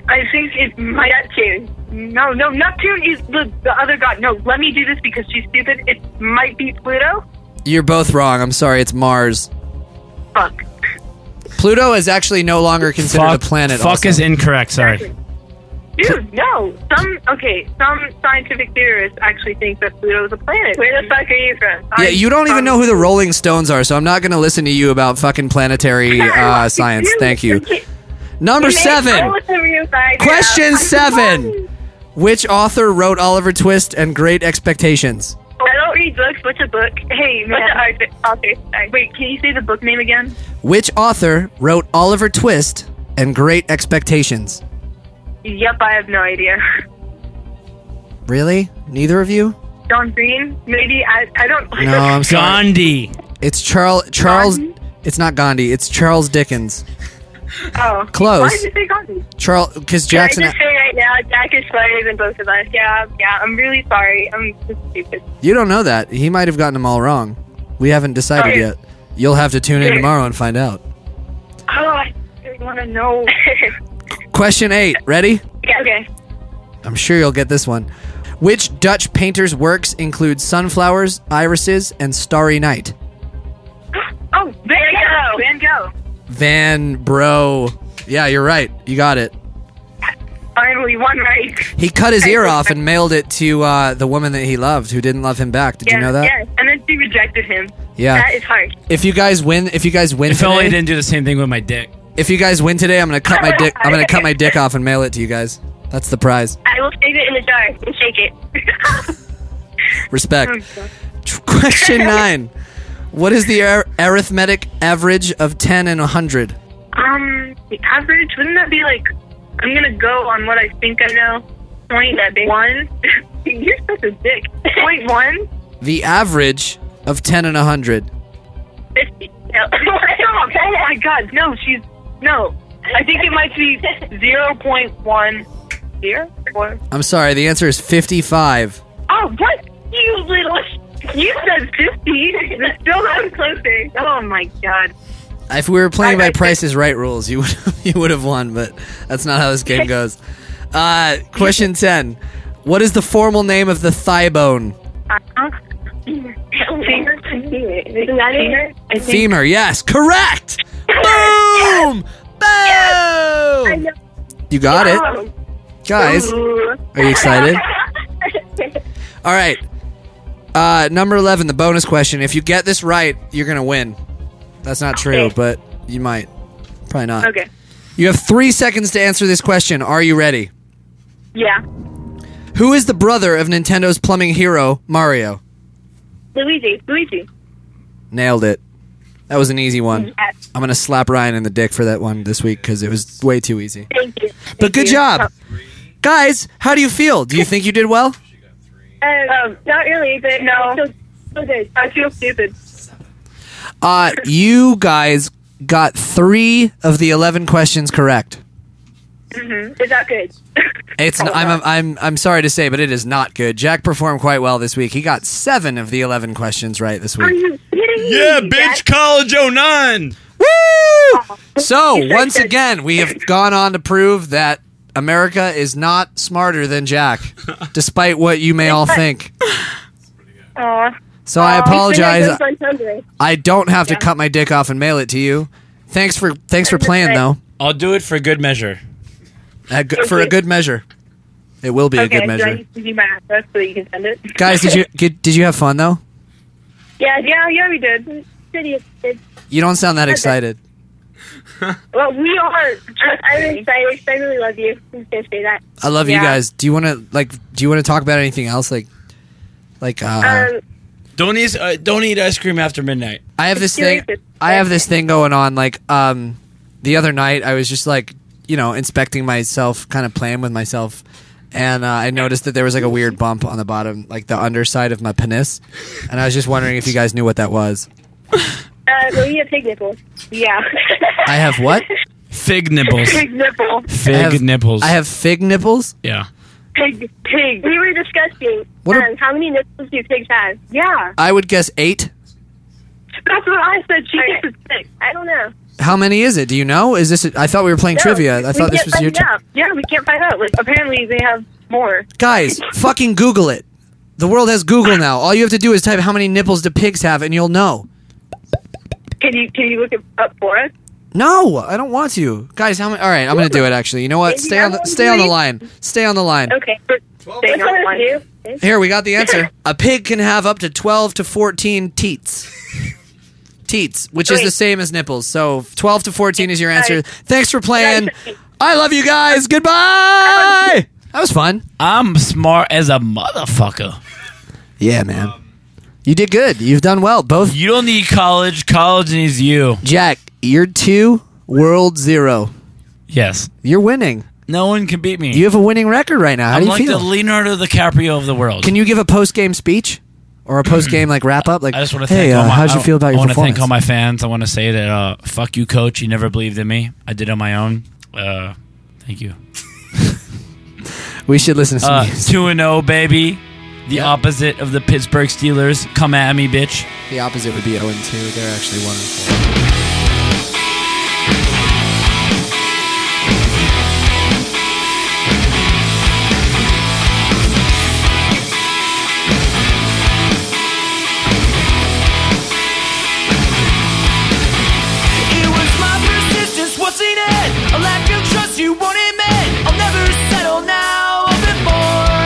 Speaker 7: I think it's my Neptune. No, no, Neptune is the, the other god. No, let me do this because she's stupid. It might be Pluto.
Speaker 3: You're both wrong. I'm sorry. It's Mars.
Speaker 7: Fuck.
Speaker 3: Pluto is actually no longer considered
Speaker 4: Fuck,
Speaker 3: a planet.
Speaker 4: fuck
Speaker 3: also.
Speaker 4: is incorrect. Sorry.
Speaker 7: Dude, no. Some okay. Some scientific theorists actually think that Pluto is a planet. Where the fuck are you from?
Speaker 3: Yeah, you don't even know who the Rolling Stones are, so I'm not going to listen to you about fucking planetary uh, science. Thank you. Number seven. Question seven. Which author wrote Oliver Twist and Great Expectations?
Speaker 7: I don't read books. What's a book? Hey, man. What's the author? Wait, can you say the book name again?
Speaker 3: Which author wrote Oliver Twist and Great Expectations?
Speaker 7: Yep, I have no idea.
Speaker 3: Really? Neither of you?
Speaker 7: Don Green? Maybe I. I don't.
Speaker 3: No, I'm sorry.
Speaker 4: Gandhi.
Speaker 3: It's Charles. Charles. It's not Gandhi. It's Charles Dickens.
Speaker 7: Oh,
Speaker 3: Close.
Speaker 7: Why did you say Gandhi?
Speaker 3: Charles, because
Speaker 7: Can I
Speaker 3: Jackson.
Speaker 7: just say right now, Jack is smarter than both of us. Yeah, yeah. I'm really sorry. I'm just stupid.
Speaker 3: You don't know that. He might have gotten them all wrong. We haven't decided
Speaker 7: Okay.
Speaker 3: yet. You'll have to tune in
Speaker 7: Okay.
Speaker 3: tomorrow and find out.
Speaker 7: Oh, I want to know.
Speaker 3: Question eight. Ready?
Speaker 7: yeah, okay.
Speaker 3: I'm sure you'll get this one. Which Dutch painter's works include sunflowers, irises, and Starry Night?
Speaker 7: Oh, Van Gogh. Van Gogh.
Speaker 3: Van Bro. Yeah, you're right. You got it.
Speaker 7: Finally, one right.
Speaker 3: He cut his ear off and mailed it to uh, the woman that he loved, who didn't love him back. Did
Speaker 7: Yeah,
Speaker 3: you know that?
Speaker 7: yeah. And then she rejected him.
Speaker 3: Yeah.
Speaker 7: That is hard.
Speaker 3: If you guys win, if you guys win,
Speaker 4: If only I
Speaker 3: today-
Speaker 4: didn't do the same thing with my dick.
Speaker 3: If you guys win today, I'm gonna cut my dick. I'm gonna cut my dick off and mail it to you guys. That's the prize.
Speaker 7: I will save it in the jar and shake it.
Speaker 3: Respect. Question nine. What is the ar- arithmetic average of 10 and 100?
Speaker 7: um, the average wouldn't that be like? I'm gonna go on what I think I know. Point one. You're such a dick. Point one.
Speaker 3: The average of 10 and 100.
Speaker 7: Fifty. No. Stop. Oh my god. No, she's no. I think it might be zero point one. Zero. Or,
Speaker 3: I'm sorry, the answer is 55.
Speaker 7: oh, what? You little. You said fifty. It's still not closer. Oh my god.
Speaker 3: If we were playing
Speaker 7: I-
Speaker 3: by
Speaker 7: I-
Speaker 3: Price is Right rules, you would you would have won, but that's not how this game goes. Uh, question 10. What is the formal name of the thigh bone?
Speaker 7: Uh-huh. Finger. Isn't that it? I think.
Speaker 3: Femur. Yes, correct. Boom! Boom! You got it. Guys, are you excited? All right. Uh, number 11, the bonus question. If you get this right, you're going to win. That's not true, but you might. Probably not.
Speaker 7: Okay.
Speaker 3: You have three seconds to answer this question. Are you ready?
Speaker 7: Yeah.
Speaker 3: Who is the brother of Nintendo's plumbing hero, Mario?
Speaker 7: Luigi. Luigi.
Speaker 3: Nailed it. That was an easy one.
Speaker 7: Yes.
Speaker 3: I'm going to slap Ryan in the dick for that one this week because it was way too easy.
Speaker 7: Thank you. Oh.
Speaker 3: But good job. Guys, how do you feel? Do you think you did well?
Speaker 7: Um, not really, but no. I feel stupid.
Speaker 3: Uh, you guys got three of the 11 questions correct.
Speaker 7: Is that good?
Speaker 3: It's
Speaker 7: Oh,
Speaker 3: n- I'm, I'm I'm sorry to say, but it is not good. Jack performed quite well this week. He got seven of the eleven questions right this
Speaker 7: Are
Speaker 3: week.
Speaker 7: you kidding me?
Speaker 4: Yeah, bitch, college 09.
Speaker 3: Woo! So once again, we have gone on to prove that America is not smarter than Jack, despite what you may all think.
Speaker 7: Aw.
Speaker 3: So I apologize.
Speaker 7: I'm hungry.
Speaker 3: I don't have to cut my dick off and mail it to you. Thanks for thanks for playing though.
Speaker 4: I'll do it for good measure.
Speaker 3: A good- for a good measure, it will be a
Speaker 7: Okay,
Speaker 3: good
Speaker 7: do I
Speaker 3: measure.
Speaker 7: need to do my address so that you can send it?
Speaker 3: Guys, did you did did you have fun though?
Speaker 7: Yeah, yeah, yeah, we did.
Speaker 3: You don't sound that excited.
Speaker 7: Well, we are. I'm excited. I really love you. I'm going to say that.
Speaker 3: I love you
Speaker 7: Yeah.
Speaker 3: guys. Do you want to like? Do you want to talk about anything else? Like, like uh,
Speaker 7: Um,
Speaker 4: Don't eat, uh, don't eat ice cream after midnight.
Speaker 3: I have this thing.
Speaker 7: curious.
Speaker 3: I have this thing going on. Like, um, the other night I was just like, you know, inspecting myself, kind of playing with myself, and uh, I noticed that there was like a weird bump on the bottom, like the underside of my penis, and I was just wondering if you guys knew what that was.
Speaker 7: uh, maybe a pig nipple. Yeah.
Speaker 3: I have what?
Speaker 4: Fig nipples.
Speaker 7: Pig nipple.
Speaker 4: Fig
Speaker 3: I have,
Speaker 4: nipples.
Speaker 3: I have fig nipples.
Speaker 4: yeah.
Speaker 7: Pig. Pig. We were discussing
Speaker 3: What a-
Speaker 7: um, how many nipples do pigs have. Yeah.
Speaker 3: I would guess eight.
Speaker 7: That's what I said. She okay. gets six. I don't know.
Speaker 3: How many is it? Do you know? Is this? A, I thought we were playing trivia. I thought this was your. turn.
Speaker 7: Yeah, we can't find out. Like apparently they have more.
Speaker 3: Guys, fucking Google it. The world has Google now. All you have to do is type how many nipples do pigs have and you'll know.
Speaker 7: Can you can you look it up for us?
Speaker 3: No, I don't want to. Guys, how many All right, I'm going to do it actually. You know what?
Speaker 7: Maybe
Speaker 3: Stay on the
Speaker 7: that
Speaker 3: stay on the
Speaker 7: one,
Speaker 3: line. Stay on the line.
Speaker 7: Okay. They don't want you.
Speaker 3: Here, we got the answer. A pig can have up to 12 to 14 teats. teats, which is
Speaker 7: Wait.
Speaker 3: the same as nipples. So, 12 to 14 is your answer.
Speaker 7: Guys.
Speaker 3: Thanks for playing.
Speaker 7: Guys.
Speaker 3: I love you guys. Goodbye. That was fun.
Speaker 5: I'm smart as a motherfucker.
Speaker 3: Yeah, man. You did good. You've done well. Both
Speaker 5: Um, You don't need college. College needs you.
Speaker 3: Jack, you're 2, world 0.
Speaker 5: Yes.
Speaker 3: You're winning.
Speaker 5: No one can beat me.
Speaker 3: You have a winning record right now. How
Speaker 5: I'm
Speaker 3: do you
Speaker 5: like
Speaker 3: feel?
Speaker 5: the Leonardo DiCaprio of the world.
Speaker 3: Can you give a post game speech or a post game like wrap up? Like,
Speaker 5: Hmm. I just want to
Speaker 3: hey,
Speaker 5: thank all
Speaker 3: uh,
Speaker 5: my,
Speaker 3: how'd
Speaker 5: I
Speaker 3: you
Speaker 5: don't-
Speaker 3: feel about
Speaker 5: I
Speaker 3: your
Speaker 5: wanna
Speaker 3: performance?
Speaker 5: thank all my fans. I want to say that uh, fuck you, coach. You never believed in me. I did it on my own. Uh, thank you.
Speaker 3: we should listen to some
Speaker 5: Uh,
Speaker 3: music.
Speaker 5: Two and zero, baby. The
Speaker 3: Yeah.
Speaker 5: opposite of the Pittsburgh Steelers. Come at me, bitch.
Speaker 3: The opposite would be 0 and 2. They're actually 1 and 4.
Speaker 6: It was my persistence, wasn't it? A lack of trust you won't admit. I'll never settle now, a bit more.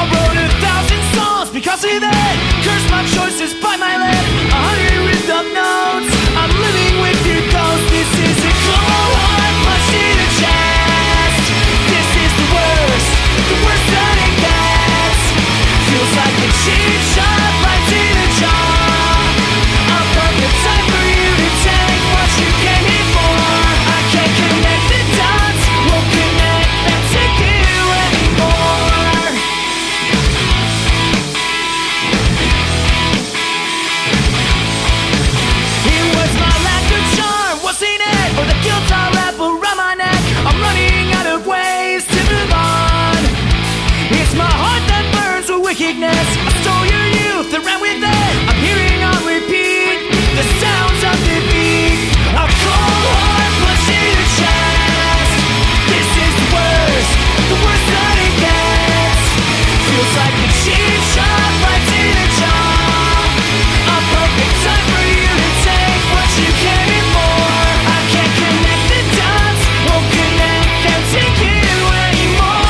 Speaker 6: I wrote a thousand songs because of that. Curse my choices, bite my lip. A hundred rhythm notes. I'm living with your ghost. This is a cold hard punch to the chest. This is the world. nakedness. I stole your youth and ran with it. I'm hearing on repeat the sounds of defeat. A cold heart punched in your chest. This is the worst, the worst that it gets. Feels like a cheap shot right in the jaw. A perfect time for you to take what you came for. I can't connect the dots, won't connect them to you anymore.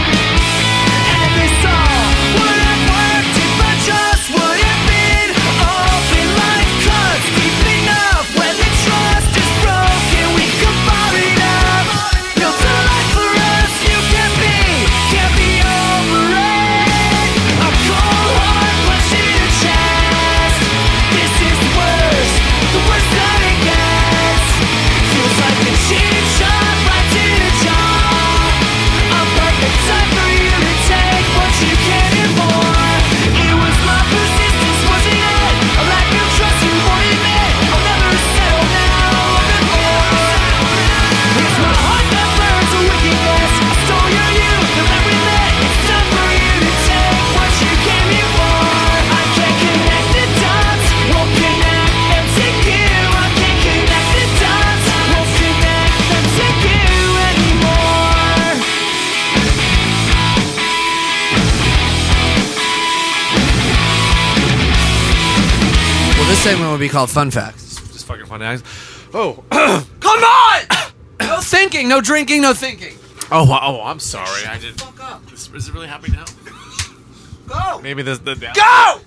Speaker 6: And this all would have worked if I just would have been open like cuts deep enough. When the trust is broken, we could fall enough. Built a life for us, you can be, can't be over it. A cold heart punched in your chest. This is worse, the worst that it gets. Feels like a cheap shot right in the jaw. A perfect time for you to take what you can and more. It was my persistence, wasn't it? A lack of trust you won't admit. I'll never settle now. I'll get more. It's my heart that burns a wickedness. I stole your youth and ran with it. It's time for you to take what you can and more. I can't connect the dots, won't connect them to you. I can't connect the dots, won't connect them to you anymore.
Speaker 3: Well, this segment would be called Fun Facts.
Speaker 4: Just fucking funny. Oh,
Speaker 3: Come on! no thinking, no drinking, no thinking.
Speaker 4: oh, I'm sorry. I did. Is, is it really happening now?
Speaker 3: Go!
Speaker 4: Maybe this the
Speaker 3: Go!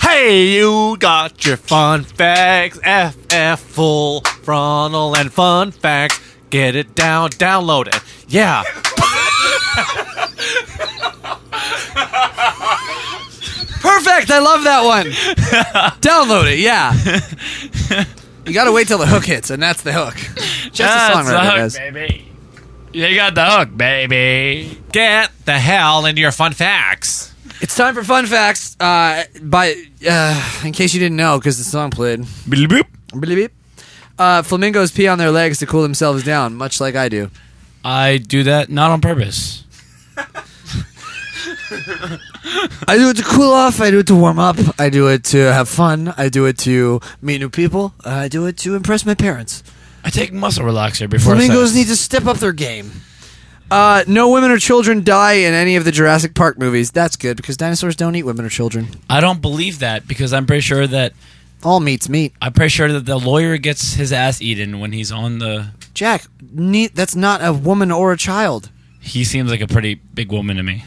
Speaker 4: Hey, you got your fun facts. FF full frontal and fun facts. Get it down, download it. Yeah.
Speaker 3: Perfect! I love that one. Download it, yeah. you gotta wait till the hook hits, and that's the hook. Just
Speaker 5: Ah,
Speaker 3: a
Speaker 4: That's the
Speaker 3: songwriter
Speaker 4: hook,
Speaker 3: does.
Speaker 4: baby. You got the hook, baby. Get the hell into your fun facts.
Speaker 3: It's time for Fun Facts. Uh, by uh, in case you didn't know, because the song played. Bleep, bleep. Uh, flamingos pee on their legs to cool themselves down, much like I do.
Speaker 5: I do that not on purpose.
Speaker 3: I do it to cool off. I do it to warm up. I do it to have fun. I do it to meet new people. I do it to impress my parents.
Speaker 5: I take muscle relaxer before
Speaker 3: Flamingos
Speaker 5: sex.
Speaker 3: need to step up their game. Uh, no women or children die in any of the Jurassic Park movies. That's good because dinosaurs don't eat women or children.
Speaker 5: I don't believe that because I'm pretty sure that
Speaker 3: All meat's meat.
Speaker 5: I'm pretty sure that the lawyer gets his ass eaten when he's on the.
Speaker 3: Jack, neat, that's not a woman or a child.
Speaker 5: He seems like a pretty big woman to me.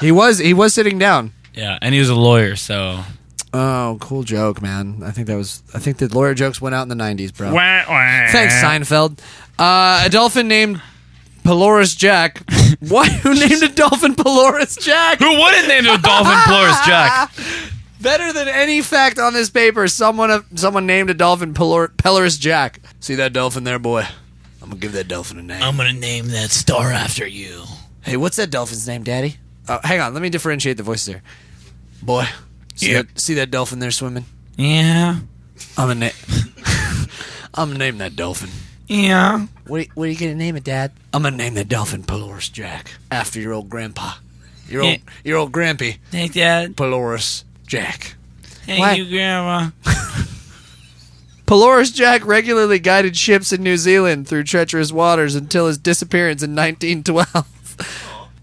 Speaker 3: He was he was sitting down.
Speaker 5: Yeah, and he was a lawyer, so
Speaker 3: Oh, cool joke, man. I think that was. I think the lawyer jokes went out in the '90s, bro. Thanks, Seinfeld. Uh, a dolphin named Pelorus Jack. what? Who named a dolphin Pelorus Jack?
Speaker 5: who wouldn't name a dolphin Flores Jack?
Speaker 3: Better than any fact on this paper, someone someone named a dolphin Pelor- Pelorus Jack. See that dolphin there, boy? I'm gonna give that dolphin a name.
Speaker 5: I'm gonna name that star after you.
Speaker 3: hey, what's that dolphin's name, Daddy? Uh, hang on, let me differentiate the voices here. Boy, see,
Speaker 5: Yeah.
Speaker 3: that, see that dolphin there swimming?
Speaker 5: Yeah,
Speaker 3: I'm gonna na- I'm gonna name that dolphin.
Speaker 5: yeah.
Speaker 3: What are, you, what are you gonna name it, Dad? I'm gonna name the dolphin Pelorus Jack after your old grandpa, your old
Speaker 5: Yeah.
Speaker 3: your old grampy
Speaker 5: Thank Dad.
Speaker 3: Pelorus Jack.
Speaker 5: Thank
Speaker 3: What?
Speaker 5: you, Grandma.
Speaker 3: Pelorus Jack regularly guided ships in New Zealand through treacherous waters until his disappearance in 1912.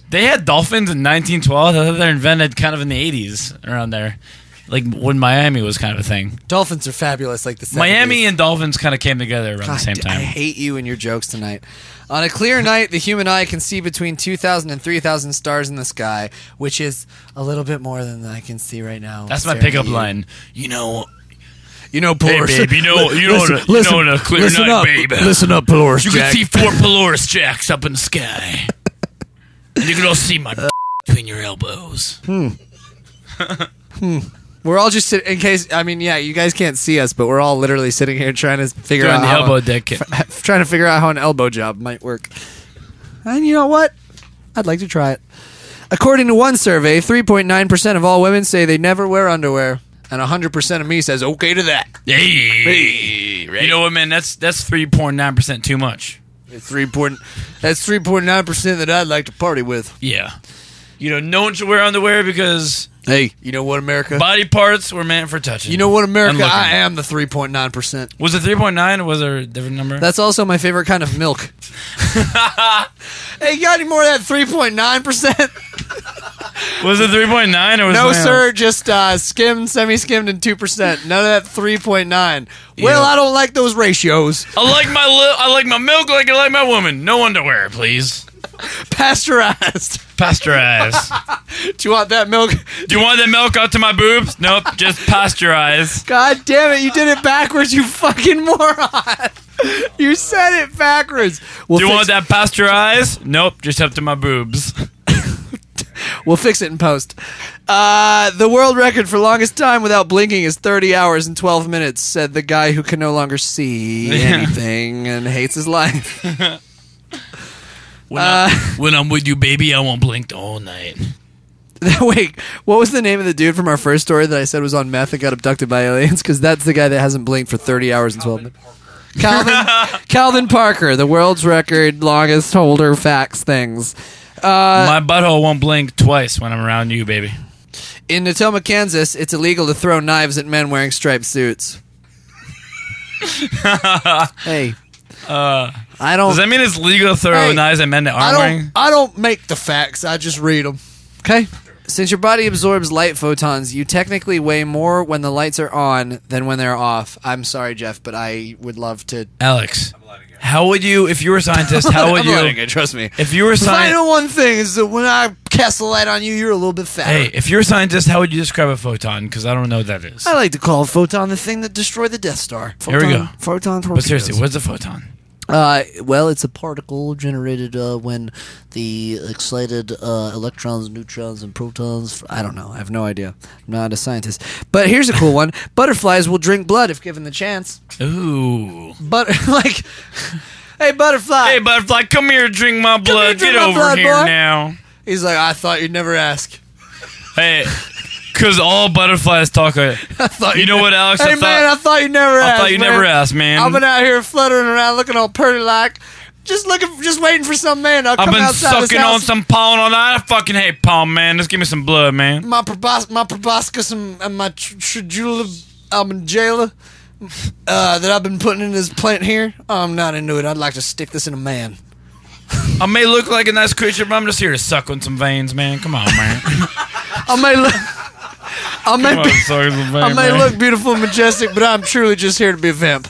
Speaker 5: They had dolphins in 1912. I thought they were invented kind of in the 80s around there, like when Miami was kind of a thing.
Speaker 3: Dolphins are fabulous, like the 70s.
Speaker 5: Miami and dolphins kind of came together around the
Speaker 3: God,
Speaker 5: same
Speaker 3: d- I
Speaker 5: time.
Speaker 3: hate you and your jokes tonight. On a clear night, the human eye can see between 2,000 and 3,000 stars in the sky, which is a little bit more than I can see right now.
Speaker 5: That's my
Speaker 3: Staring at
Speaker 5: pickup
Speaker 3: you.
Speaker 5: line. You know,
Speaker 3: You know,
Speaker 5: hey
Speaker 3: Pelorus.
Speaker 5: babe, you know, you know,
Speaker 3: Listen,
Speaker 5: on a- you know, on a clear
Speaker 3: listen
Speaker 5: night,
Speaker 3: up,
Speaker 5: babe.
Speaker 3: Listen up, Pelorus
Speaker 5: You
Speaker 3: Jack.
Speaker 5: can see four Polaris jacks up in the sky. and you can all see my between your elbows.
Speaker 3: we're all just sit- in case. I mean, yeah, you guys can't see us, but we're all literally sitting here trying to figure
Speaker 5: Doing
Speaker 3: out
Speaker 5: the
Speaker 3: how-
Speaker 5: elbow deck.
Speaker 3: trying to figure out how an elbow job might work. And you know what? I'd like to try it. According to one survey, 3.9% of all women say they never wear underwear, and 100% of me says okay to that.
Speaker 4: Hey, you know what, man? That's that's three point nine percent too much.
Speaker 3: It's 3 point, that's 3.9% that I'd like to party with.
Speaker 4: Yeah, you know, no one should wear underwear because
Speaker 3: Hey, you know what, America?
Speaker 4: body parts were meant for touching.
Speaker 3: you know what,
Speaker 4: And
Speaker 3: America?
Speaker 4: looking.
Speaker 3: I am the 3.9%.
Speaker 4: was it three point nine? or Was there a different number?
Speaker 3: That's also my favorite kind of milk. hey, you got any more of that 3.9%?
Speaker 4: was it three point nine or was
Speaker 3: No,
Speaker 4: it something
Speaker 3: sir.
Speaker 4: else?
Speaker 3: Just uh, skimmed, semi skimmed, and 2%. None of that 3.9. Well, I don't like those ratios.
Speaker 4: I like my li- I like my milk like I like my woman. No underwear, please.
Speaker 3: Pasteurized.
Speaker 4: Pasteurize.
Speaker 3: Do you want that milk?
Speaker 4: Do you want that milk up to my boobs? Nope, just pasteurize.
Speaker 3: God damn it. You did it backwards, you fucking moron. You said it backwards. We'll,
Speaker 4: Do you
Speaker 3: fix,
Speaker 4: want that pasteurized? Nope, just up to my boobs.
Speaker 3: we'll fix it in post. Uh, the world record for longest time without blinking is 30 hours and 12 minutes, said the guy who can no longer see anything and hates his life.
Speaker 5: When,
Speaker 3: Uh,
Speaker 5: I'm, when I'm with you, baby, I won't blink the whole night.
Speaker 3: Wait, what was the name of the dude from our first story that I said was on meth and got abducted by aliens? Because that's the guy that hasn't blinked for 30 hours and 12 minutes. Calvin, Calvin Parker, the world's record longest holder facts things. Uh,
Speaker 4: my butthole won't blink twice when I'm around you, baby.
Speaker 3: In Natoma, Kansas, it's illegal to throw knives at men wearing striped suits. hey, I don't.
Speaker 4: Uh, Does that mean it's legal to throw
Speaker 3: Hey,
Speaker 4: knives at men that
Speaker 3: I
Speaker 4: aren't
Speaker 3: don't.
Speaker 4: wearing?
Speaker 3: I don't make the facts. I just read them. Okay. Since your body absorbs light photons, you technically weigh more when the lights are on than when they're off. I'm sorry, Jeff, but I would love to.
Speaker 4: Alex, how would you, if you were a scientist, how would
Speaker 3: I'm letting
Speaker 4: you,
Speaker 3: it, trust me.
Speaker 4: if you were a scientist,
Speaker 3: Final one thing is that when I cast the light on you, you're a little bit fatter.
Speaker 4: hey, if you're a scientist, how would you describe a photon? Because I don't know what that is.
Speaker 3: I like to call a photon the thing that destroyed the Death Star.
Speaker 4: Here
Speaker 3: Photon,
Speaker 4: we go.
Speaker 3: Photon
Speaker 4: But
Speaker 3: torpedoes.
Speaker 4: seriously, what's a photon?
Speaker 3: Uh, well, it's a particle generated uh, when the excited uh, electrons, neutrons, and protons. I don't know. I have no idea. I'm not a scientist. But here's a cool one: butterflies will drink blood if given the chance.
Speaker 4: Ooh.
Speaker 3: But like, hey, butterfly.
Speaker 4: Hey, butterfly, come here, drink my blood.
Speaker 3: drink
Speaker 4: Get
Speaker 3: my
Speaker 4: over
Speaker 3: blood,
Speaker 4: here
Speaker 3: boy.
Speaker 4: now.
Speaker 3: He's like, I thought you'd never ask.
Speaker 4: Hey, because all butterflies talk. Like,
Speaker 3: thought
Speaker 4: you know what, Alex?
Speaker 3: Hey
Speaker 4: I thought,
Speaker 3: man, I thought you never
Speaker 4: I
Speaker 3: asked.
Speaker 4: thought you
Speaker 3: man.
Speaker 4: never asked, man.
Speaker 3: I've been out here fluttering around, looking all purty like, just looking, just waiting for some man. to
Speaker 4: I've
Speaker 3: come
Speaker 4: been
Speaker 3: outside his
Speaker 4: sucking on
Speaker 3: house.
Speaker 4: some pollen all night. I fucking hate pollen, man. Just give me some blood, man.
Speaker 3: my probos- my proboscis and, and my tr- tradula albumjala uh, that I've been putting in this plant here. I'm not into it. I'd like to stick this in a man.
Speaker 4: I may look like a nice creature, but I'm just here to suck on some veins, man. Come on, man.
Speaker 3: I may look, I may,
Speaker 4: Come on,
Speaker 3: be-
Speaker 4: suck on some veins,
Speaker 3: I may
Speaker 4: man.
Speaker 3: look beautiful and majestic, but I'm truly just here to be a vamp.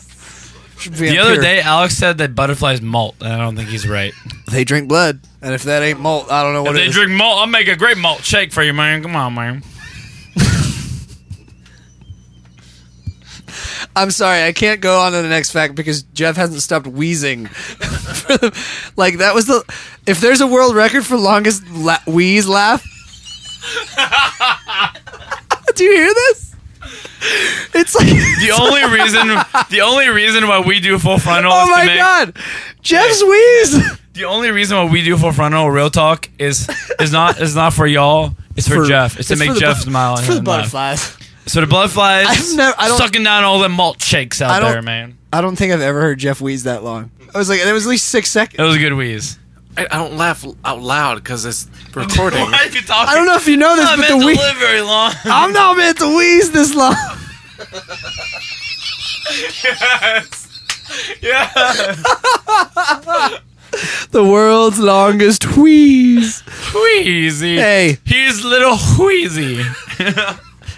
Speaker 3: Should be
Speaker 4: The
Speaker 3: vampire.
Speaker 4: other day, Alex said that butterflies molt, and I don't think he's right.
Speaker 3: they drink blood, and if that ain't malt, I don't know
Speaker 4: If
Speaker 3: what it
Speaker 4: they
Speaker 3: is.
Speaker 4: drink malt, I'll make a great malt shake for you, man. Come on, man.
Speaker 3: I'm sorry, I can't go on to the next fact because Jeff hasn't stopped wheezing. like that was the if there's a world record for longest la- wheeze laugh. Do you hear this? It's like
Speaker 4: The only reason, the only reason why we do full frontal.
Speaker 3: oh
Speaker 4: is to
Speaker 3: my
Speaker 4: make,
Speaker 3: god, Jeff's wheeze.
Speaker 4: The only reason why we do full frontal real talk is is not is not for y'all. It's for, Jeff. It's, to
Speaker 3: for
Speaker 4: make
Speaker 3: the
Speaker 4: Jeff
Speaker 3: bu-
Speaker 4: smile.
Speaker 3: it's
Speaker 4: and
Speaker 3: for the
Speaker 4: him laugh.
Speaker 3: butterflies.
Speaker 4: So the butterflies
Speaker 3: I've never- I don't-
Speaker 4: sucking down all the malt shakes out
Speaker 3: I don't-
Speaker 4: there, man.
Speaker 3: I don't think I've ever heard Jeff wheeze that long. I was like, it was at least six
Speaker 4: It
Speaker 3: seconds.
Speaker 4: was a good wheeze.
Speaker 8: I, I don't laugh out loud because it's recording.
Speaker 4: Why are you talking?
Speaker 3: I don't know if you know this,
Speaker 4: I'm
Speaker 3: but
Speaker 4: not
Speaker 3: the
Speaker 4: meant
Speaker 3: wheeze.
Speaker 4: to live very long.
Speaker 3: I'm not meant to wheeze this long.
Speaker 4: yeah.
Speaker 3: The world's longest wheeze.
Speaker 4: Wheezy.
Speaker 3: Hey.
Speaker 4: He's little wheezy.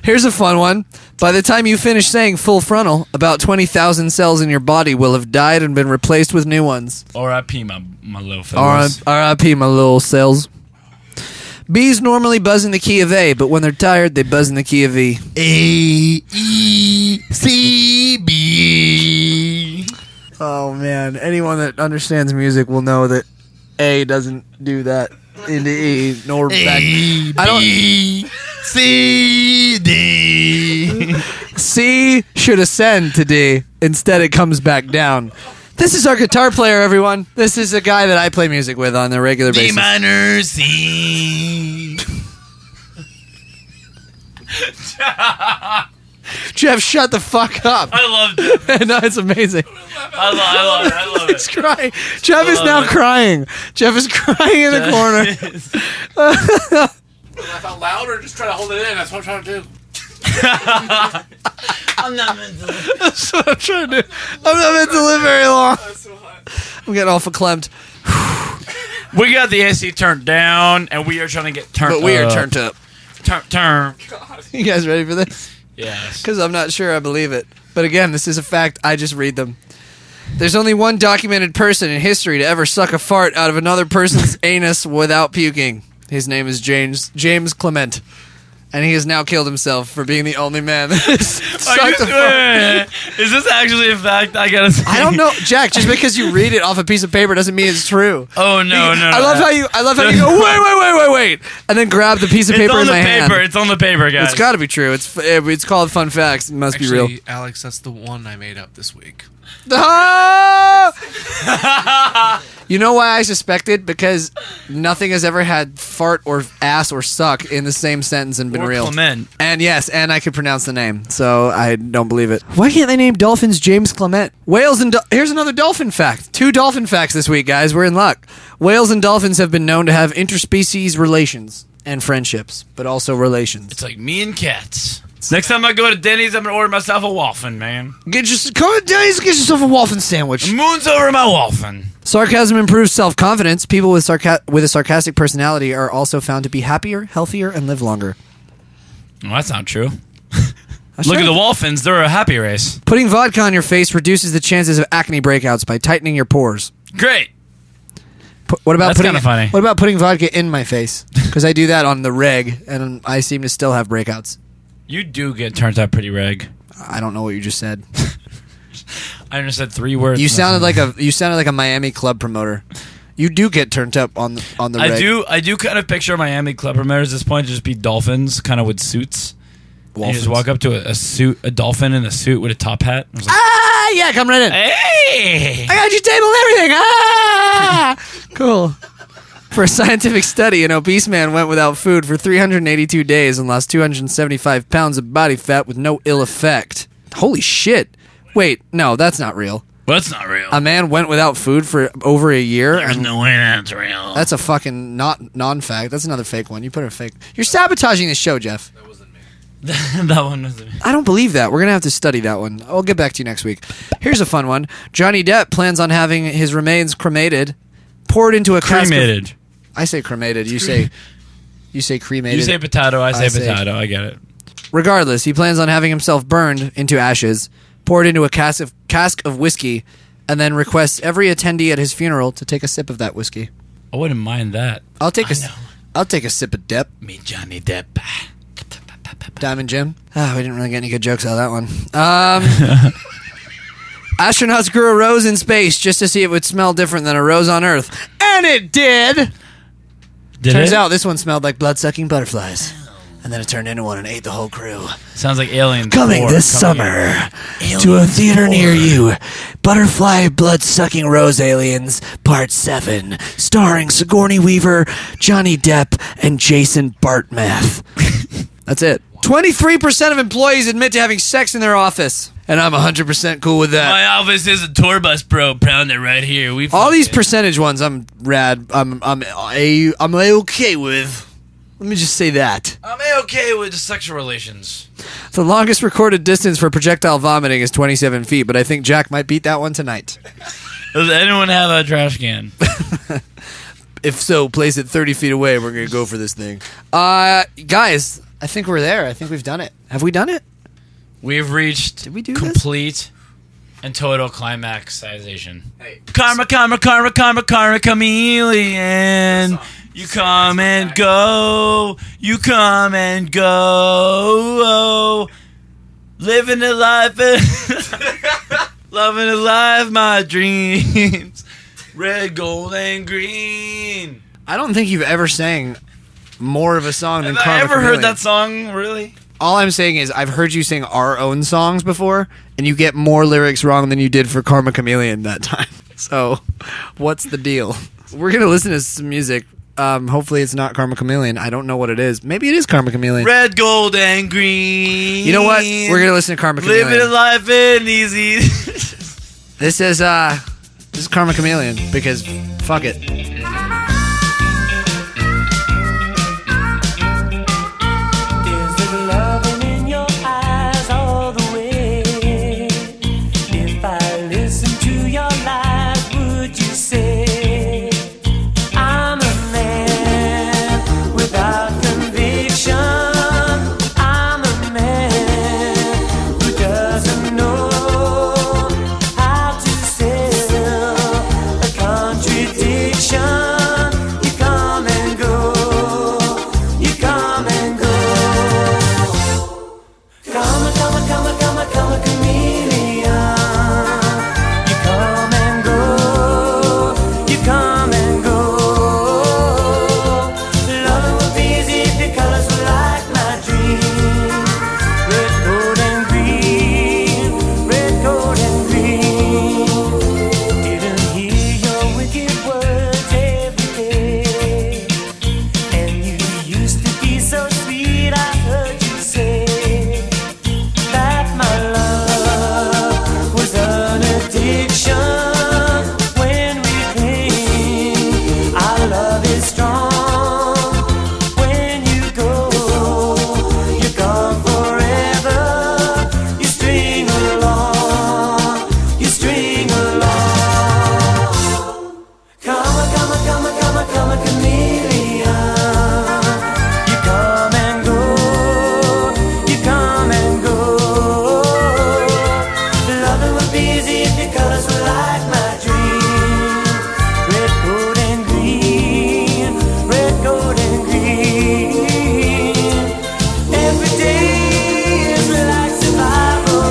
Speaker 3: Here's a fun one. By the time you finish saying full frontal, about 20,000 cells in your body will have died and been replaced with new ones.
Speaker 4: R.I.P. my my little
Speaker 3: R-
Speaker 4: fellas.
Speaker 3: RIP, my little cells. Bees normally buzz in the key of A, but when they're tired, they buzz in the key of E.
Speaker 5: A E C B.
Speaker 3: Oh, man. Anyone that understands music will know that A doesn't do that into E, nor back. I don't.
Speaker 5: C D.
Speaker 3: C should ascend to D. Instead, it comes back down. This is our guitar player, everyone. This is a guy that I play music with on a regular
Speaker 5: D
Speaker 3: basis.
Speaker 5: minor C.
Speaker 3: Jeff, shut the fuck up.
Speaker 4: I loved it.
Speaker 3: no, it's amazing.
Speaker 4: I, lo- I love it. I love
Speaker 3: He's
Speaker 4: it.
Speaker 3: crying. Jeff is now crying. Jeff is crying in the corner.
Speaker 8: Laugh out loud or just try to hold it in. That's what I'm trying to do.
Speaker 5: I'm not meant to.
Speaker 3: That's what I'm trying to do. I'm not meant to live very long. I'm getting awful clemmed.
Speaker 4: We got the AC turned down, and we are trying to get turned.
Speaker 3: But we are
Speaker 4: up.
Speaker 3: turned up.
Speaker 4: Turn, turn.
Speaker 3: You guys ready for this?
Speaker 4: Yes.
Speaker 3: Because I'm not sure I believe it. But again, this is a fact. I just read them. There's only one documented person in history to ever suck a fart out of another person's anus without puking. His name is James James Clement. And he has now killed himself for being the only man that has
Speaker 4: Are you-
Speaker 3: sucked a fart.
Speaker 4: wait, wait, wait. Is this actually a fact? I gotta. Say.
Speaker 3: I don't know, Jack. Just because you read it off a piece of paper doesn't mean it's true.
Speaker 4: Oh no, no.
Speaker 3: I love how you. I love how you go. Wait, wait, wait, wait, wait, and then grab the piece of
Speaker 4: It's
Speaker 3: paper
Speaker 4: on
Speaker 3: in
Speaker 4: the
Speaker 3: my
Speaker 4: paper.
Speaker 3: hand.
Speaker 4: It's on the paper, guys.
Speaker 3: It's got to be true. It's f- eh, it's called fun facts. It must be real.
Speaker 8: Actually, Alex, that's the one I made up this week.
Speaker 3: Ah! you know why I suspected? Because nothing has ever had fart or ass or suck in the same sentence and been
Speaker 4: Or
Speaker 3: real.
Speaker 4: Clement.
Speaker 3: And yes, and I could pronounce the name, so I don't believe it. Why can't they name dolphins James Clement? Whales and dol here's another dolphin fact. Two dolphin facts this week, guys. We're in luck. Whales and dolphins have been known to have interspecies relations and friendships, but also relations.
Speaker 4: It's like me and cats. Next time I go to Denny's, I'm gonna order myself a waffin, man.
Speaker 3: Get your come down, get yourself a waffle sandwich.
Speaker 4: Moon's over my waffin.
Speaker 3: Sarcasm improves self confidence. People with, sarca- with a sarcastic personality are also found to be happier, healthier, and live longer.
Speaker 4: Well, that's not true.
Speaker 3: I
Speaker 4: Look at
Speaker 3: should-
Speaker 4: the Wolfins; they're a happy race.
Speaker 3: Putting vodka on your face reduces the chances of acne breakouts by tightening your pores.
Speaker 4: Great.
Speaker 3: Pu- what about
Speaker 4: That's
Speaker 3: putting
Speaker 4: kinda funny.
Speaker 3: What about putting vodka in my face? Because I do that on the reg, and I seem to still have breakouts.
Speaker 4: You do get turned out pretty reg.
Speaker 3: I don't know what you just said.
Speaker 4: I understood three words.
Speaker 3: You sounded like a you sounded like a Miami club promoter. You do get turned up on the on the.
Speaker 4: I
Speaker 3: reg.
Speaker 4: do. I do kind of picture Miami club promoters at this point to just be dolphins, kind of with suits. And you just
Speaker 3: Wolfens.
Speaker 4: walk up to a, a suit, a dolphin in a suit with a top hat. and it's like,
Speaker 3: Ah, yeah, come right in.
Speaker 4: Hey!
Speaker 3: I got your table and everything. Ah, cool. For a scientific study, an obese man went without food for 382 days and lost 275 pounds of body fat with no ill effect. Holy shit! Wait, no, that's not real.
Speaker 5: Well, that's not real.
Speaker 3: A man went without food for over a year.
Speaker 5: There's
Speaker 3: and
Speaker 5: no way that's real.
Speaker 3: that's a fucking not non-fact. That's another fake one. You put a fake. You're sabotaging this show, Jeff.
Speaker 4: that one was.
Speaker 3: I don't believe that. We're gonna have to study that one. I'll get back to you next week. Here's a fun one. Johnny Depp plans on having his remains cremated, poured into a cask of-
Speaker 4: Cremated.
Speaker 3: I say cremated. You say, you say cremated.
Speaker 4: You say potato, I say
Speaker 3: I say-
Speaker 4: potato. I get it.
Speaker 3: Regardless, he plans on having himself burned into ashes, poured into a cask of, cask of whiskey, and then requests every attendee at his funeral to take a sip of that whiskey.
Speaker 4: I wouldn't mind that.
Speaker 3: I'll take a,
Speaker 4: know.
Speaker 3: will take a sip of Depp.
Speaker 4: Me, Johnny Depp.
Speaker 3: Diamond Jim. Ah, we didn't really get any good jokes out of that one. Um, astronauts grew a rose in space just to see if it would smell different than a rose on Earth, and it did.
Speaker 4: Did
Speaker 3: Turns
Speaker 4: it?
Speaker 3: out this one smelled like blood-sucking butterflies, and then it turned into one and ate the whole crew.
Speaker 4: Sounds like Alien.
Speaker 3: Coming
Speaker 4: four
Speaker 3: this
Speaker 4: coming in.
Speaker 3: summer to a theater near you, Butterfly Blood Sucking Rose Aliens, Part 7, starring Sigourney Weaver, Johnny Depp, and Jason Bartmath. That's it. 23% of employees admit to having sex in their office, and I'm 100% cool with that.
Speaker 5: My office is a tour bus, bro. Pounder right here. We
Speaker 3: All these
Speaker 5: fucking-
Speaker 3: percentage ones, I'm rad. I'm I'm I, I'm okay with. Let me just say that.
Speaker 4: I'm okay with sexual relations.
Speaker 3: The longest recorded distance for projectile vomiting is 27 feet, but I think Jack might beat that one tonight.
Speaker 4: Does anyone have a trash can?
Speaker 3: If so, place it 30 feet away. We're going to go for this thing. Uh, guys, I think we're there. I think we've done it. Have we done it?
Speaker 4: We've reached
Speaker 3: Did we do this?
Speaker 4: complete and total climaxization. Karma, karma, karma, karma, karma, chameleon. You come and go. You come and go. Living the life, loving the life, my dreams. Red, gold, and green.
Speaker 3: I don't think you've ever sang more of a song than
Speaker 4: Have I
Speaker 3: Karma
Speaker 4: ever heard
Speaker 3: Chameleon.
Speaker 4: that song? Really?
Speaker 3: all I'm saying is I've heard you sing our own songs before, and you get more lyrics wrong than you did for Karma Chameleon that time. So, what's the deal? We're gonna listen to some music. Um, hopefully, it's not Karma Chameleon. I don't know what it is. Maybe it is Karma Chameleon.
Speaker 9: Red, gold, and green.
Speaker 3: You know what? We're gonna listen to Karma
Speaker 9: live it
Speaker 3: Chameleon.
Speaker 9: life and easy.
Speaker 3: This is uh, this is Karma Chameleon because fuck it.
Speaker 10: There's little loving in your eyes all the way. If I listen to your lies, would you say I'm a man without conviction? I'm a man who doesn't know how to sell a contradiction. You come and go, you come and go. Come a, come a, come a, come a, come a chameleon. You come and go, you come and go. Loving would be easy if your colors were like my dream. Red, gold, and green. Red, gold, and green. Didn't hear your wicked words every day. And you used to be so sweet, I heard you say that my love was an addiction. When we cling, our love is strong. When you go, you're gone forever. You string along, you string along. Come a, come a, come a, come a, come a chameleon. You come and go, you come and go. Loving would be easy if your colors were like my dream. Red, gold, and green, red, gold, and green. Every day is relaxed survival.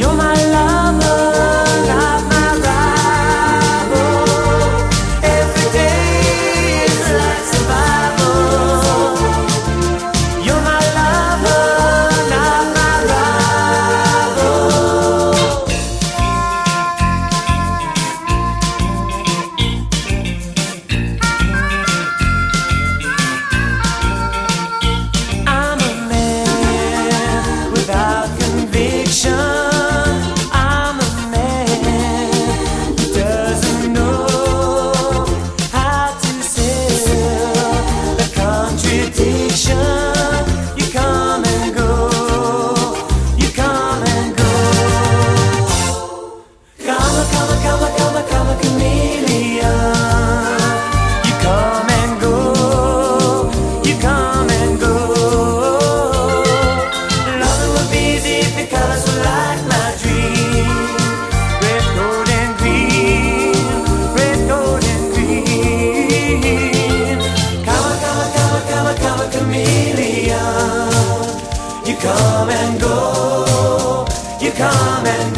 Speaker 10: You're my lover, not my rival. Every day is like survival. You're my lover, not my rival. I'm a man without conviction. I'm a man who doesn't know how to sell a contradiction. You come and go, you come and go. Come a, come a, come a, come a, come a chameleon. You come and go, you come and go. Loving would be easy if your colors were like my dream. Red, gold, and green. Red, gold, and green. Come a, come a, come a, come a, come a chameleon. You come and go, you come and go.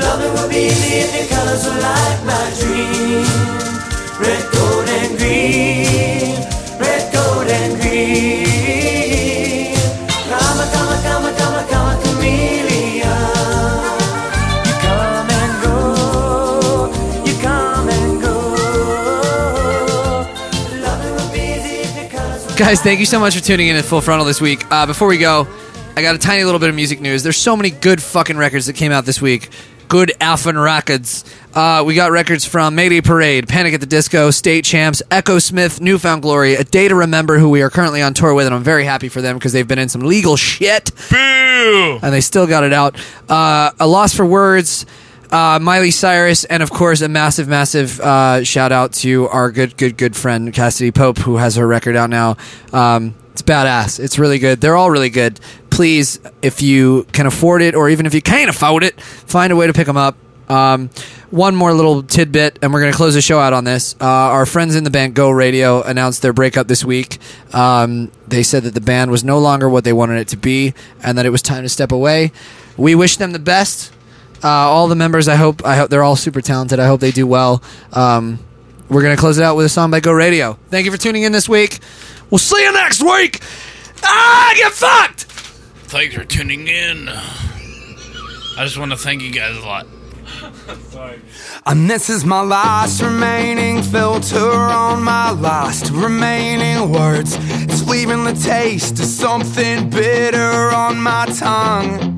Speaker 10: Loving would be easy if your colors were like my dream. Red, gold, and green, red, gold, and green. Come a, come a, come a, come a, come a chameleon. You come and go, you come and go. Loving would be easy if your colors were
Speaker 3: Guys, thank you so much for tuning in to Full Frontal this week. Uh, before we go, I got a tiny little bit of music news. There's so many good fucking records that came out this week. Good Alphen records. Uh, we got records from Mayday Parade, Panic at the Disco, State Champs, Echo Smith, Newfound Glory, A Day to Remember, who we are currently on tour with, and I'm very happy for them because they've been in some legal shit
Speaker 11: Boo!
Speaker 3: and they still got it out. Uh, a loss for words. Uh, Miley Cyrus, and of course, a massive, massive uh, shout out to our good, good, good friend Cassidy Pope, who has her record out now. Um, it's badass. It's really good. They're all really good. Please, if you can afford it, or even if you can't afford it, find a way to pick them up. Um, one more little tidbit, and we're going to close the show out on this. Uh, our friends in the band Go Radio announced their breakup this week. Um, they said that the band was no longer what they wanted it to be, and that it was time to step away. We wish them the best. Uh, all the members, I hope, I hope they're all super talented. I hope they do well. Um, we're going to close it out with a song by Go Radio. Thank you for tuning in this week. We'll see you next week. Ah, get fucked.
Speaker 5: Thanks for tuning in. I just want to thank you guys a lot.
Speaker 10: And this is my last remaining filter on my last remaining words. It's leaving the taste of something bitter on my tongue.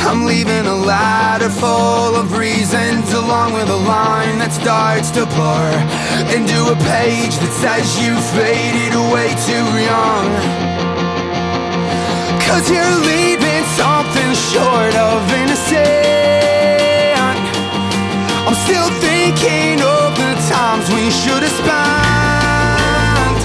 Speaker 10: I'm leaving a ladder full of reasons along with a line that starts to blur into a page that says you faded away too young. Cause you're leaving something short of innocent. I'm still thinking of the times we should have spent.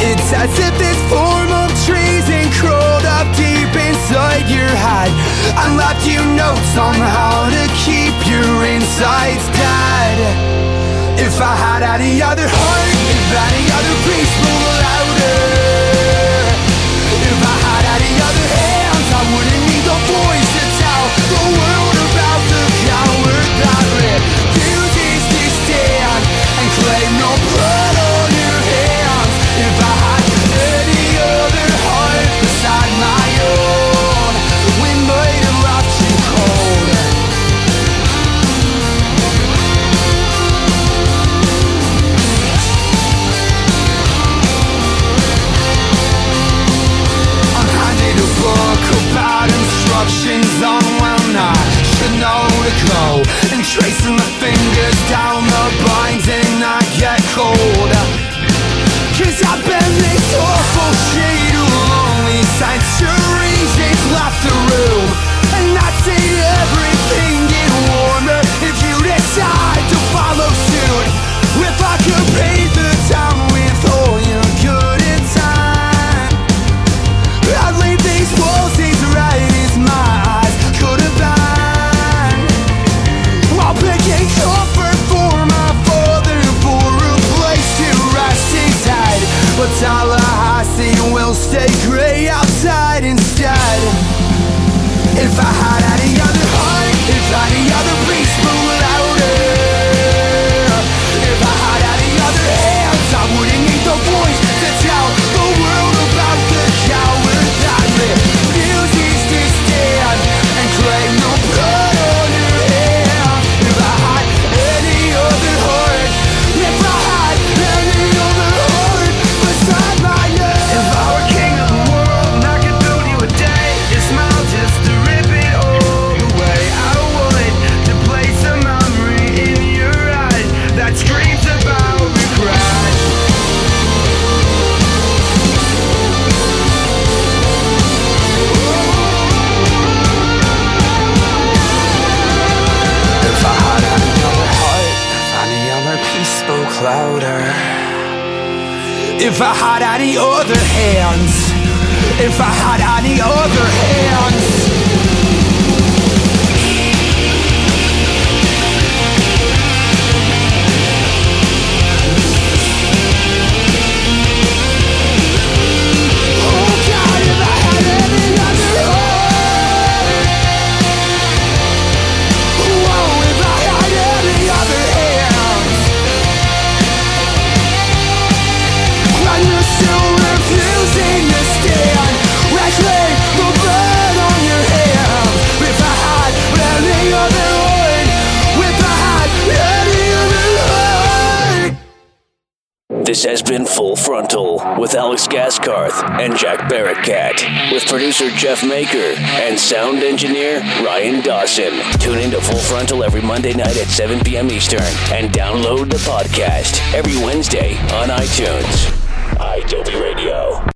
Speaker 10: It's as if this form of treason crawled up deep inside your head and left you notes on how to keep your insides dead. If I had any other heart, if any other priest were louder, if I had any other hands, I wouldn't need the voice to tell the world about the coward that refuses to stand and claim no blood on your hands. If I had any other heart beside my own, we might have left you cold. I'm handed a book about instructions on when I should know to go. And tracing the fingers down the blinds and I get cold. Cause I've been this awful shade of lonely centuries. It's left the room. And that's it, everything get warmer if you decide to follow suit. If I could pave the town with all your good intent. I'd leave these walls as right as my eyes could have been. While picking comfort for my father for a place to rest his head. But Tallahassee will stay grey outside instead. If I had any other heart, if any other beast blew louder. If I had any other hands, I wouldn't need the voice to tell the world about the coward that refuses to stand and claim no blood on your hand. If I had any other heart, if I had any other heart beside my own. If I were king of the world, I could build you a day. Your smile just to rip it all away. I would to place a memory in your eyes that screams about regret. If I had any other heart, if any other peace spoke louder. If I had any other hands, if I had any other hands. Oh God, if I had any other heart. Whoa, if I had any other hands. When you're still refusing to stand, wrestling the blood on your hands. If I had any other heart, if I had any other heart.
Speaker 1: This has been Full Frontal with Alex Gaskarth and Jack Barricat, with producer Jeff Maker and sound engineer Ryan Dawson. Tune into Full Frontal every Monday night at 7 p.m. Eastern and download the podcast every Wednesday on iTunes. IW Radio.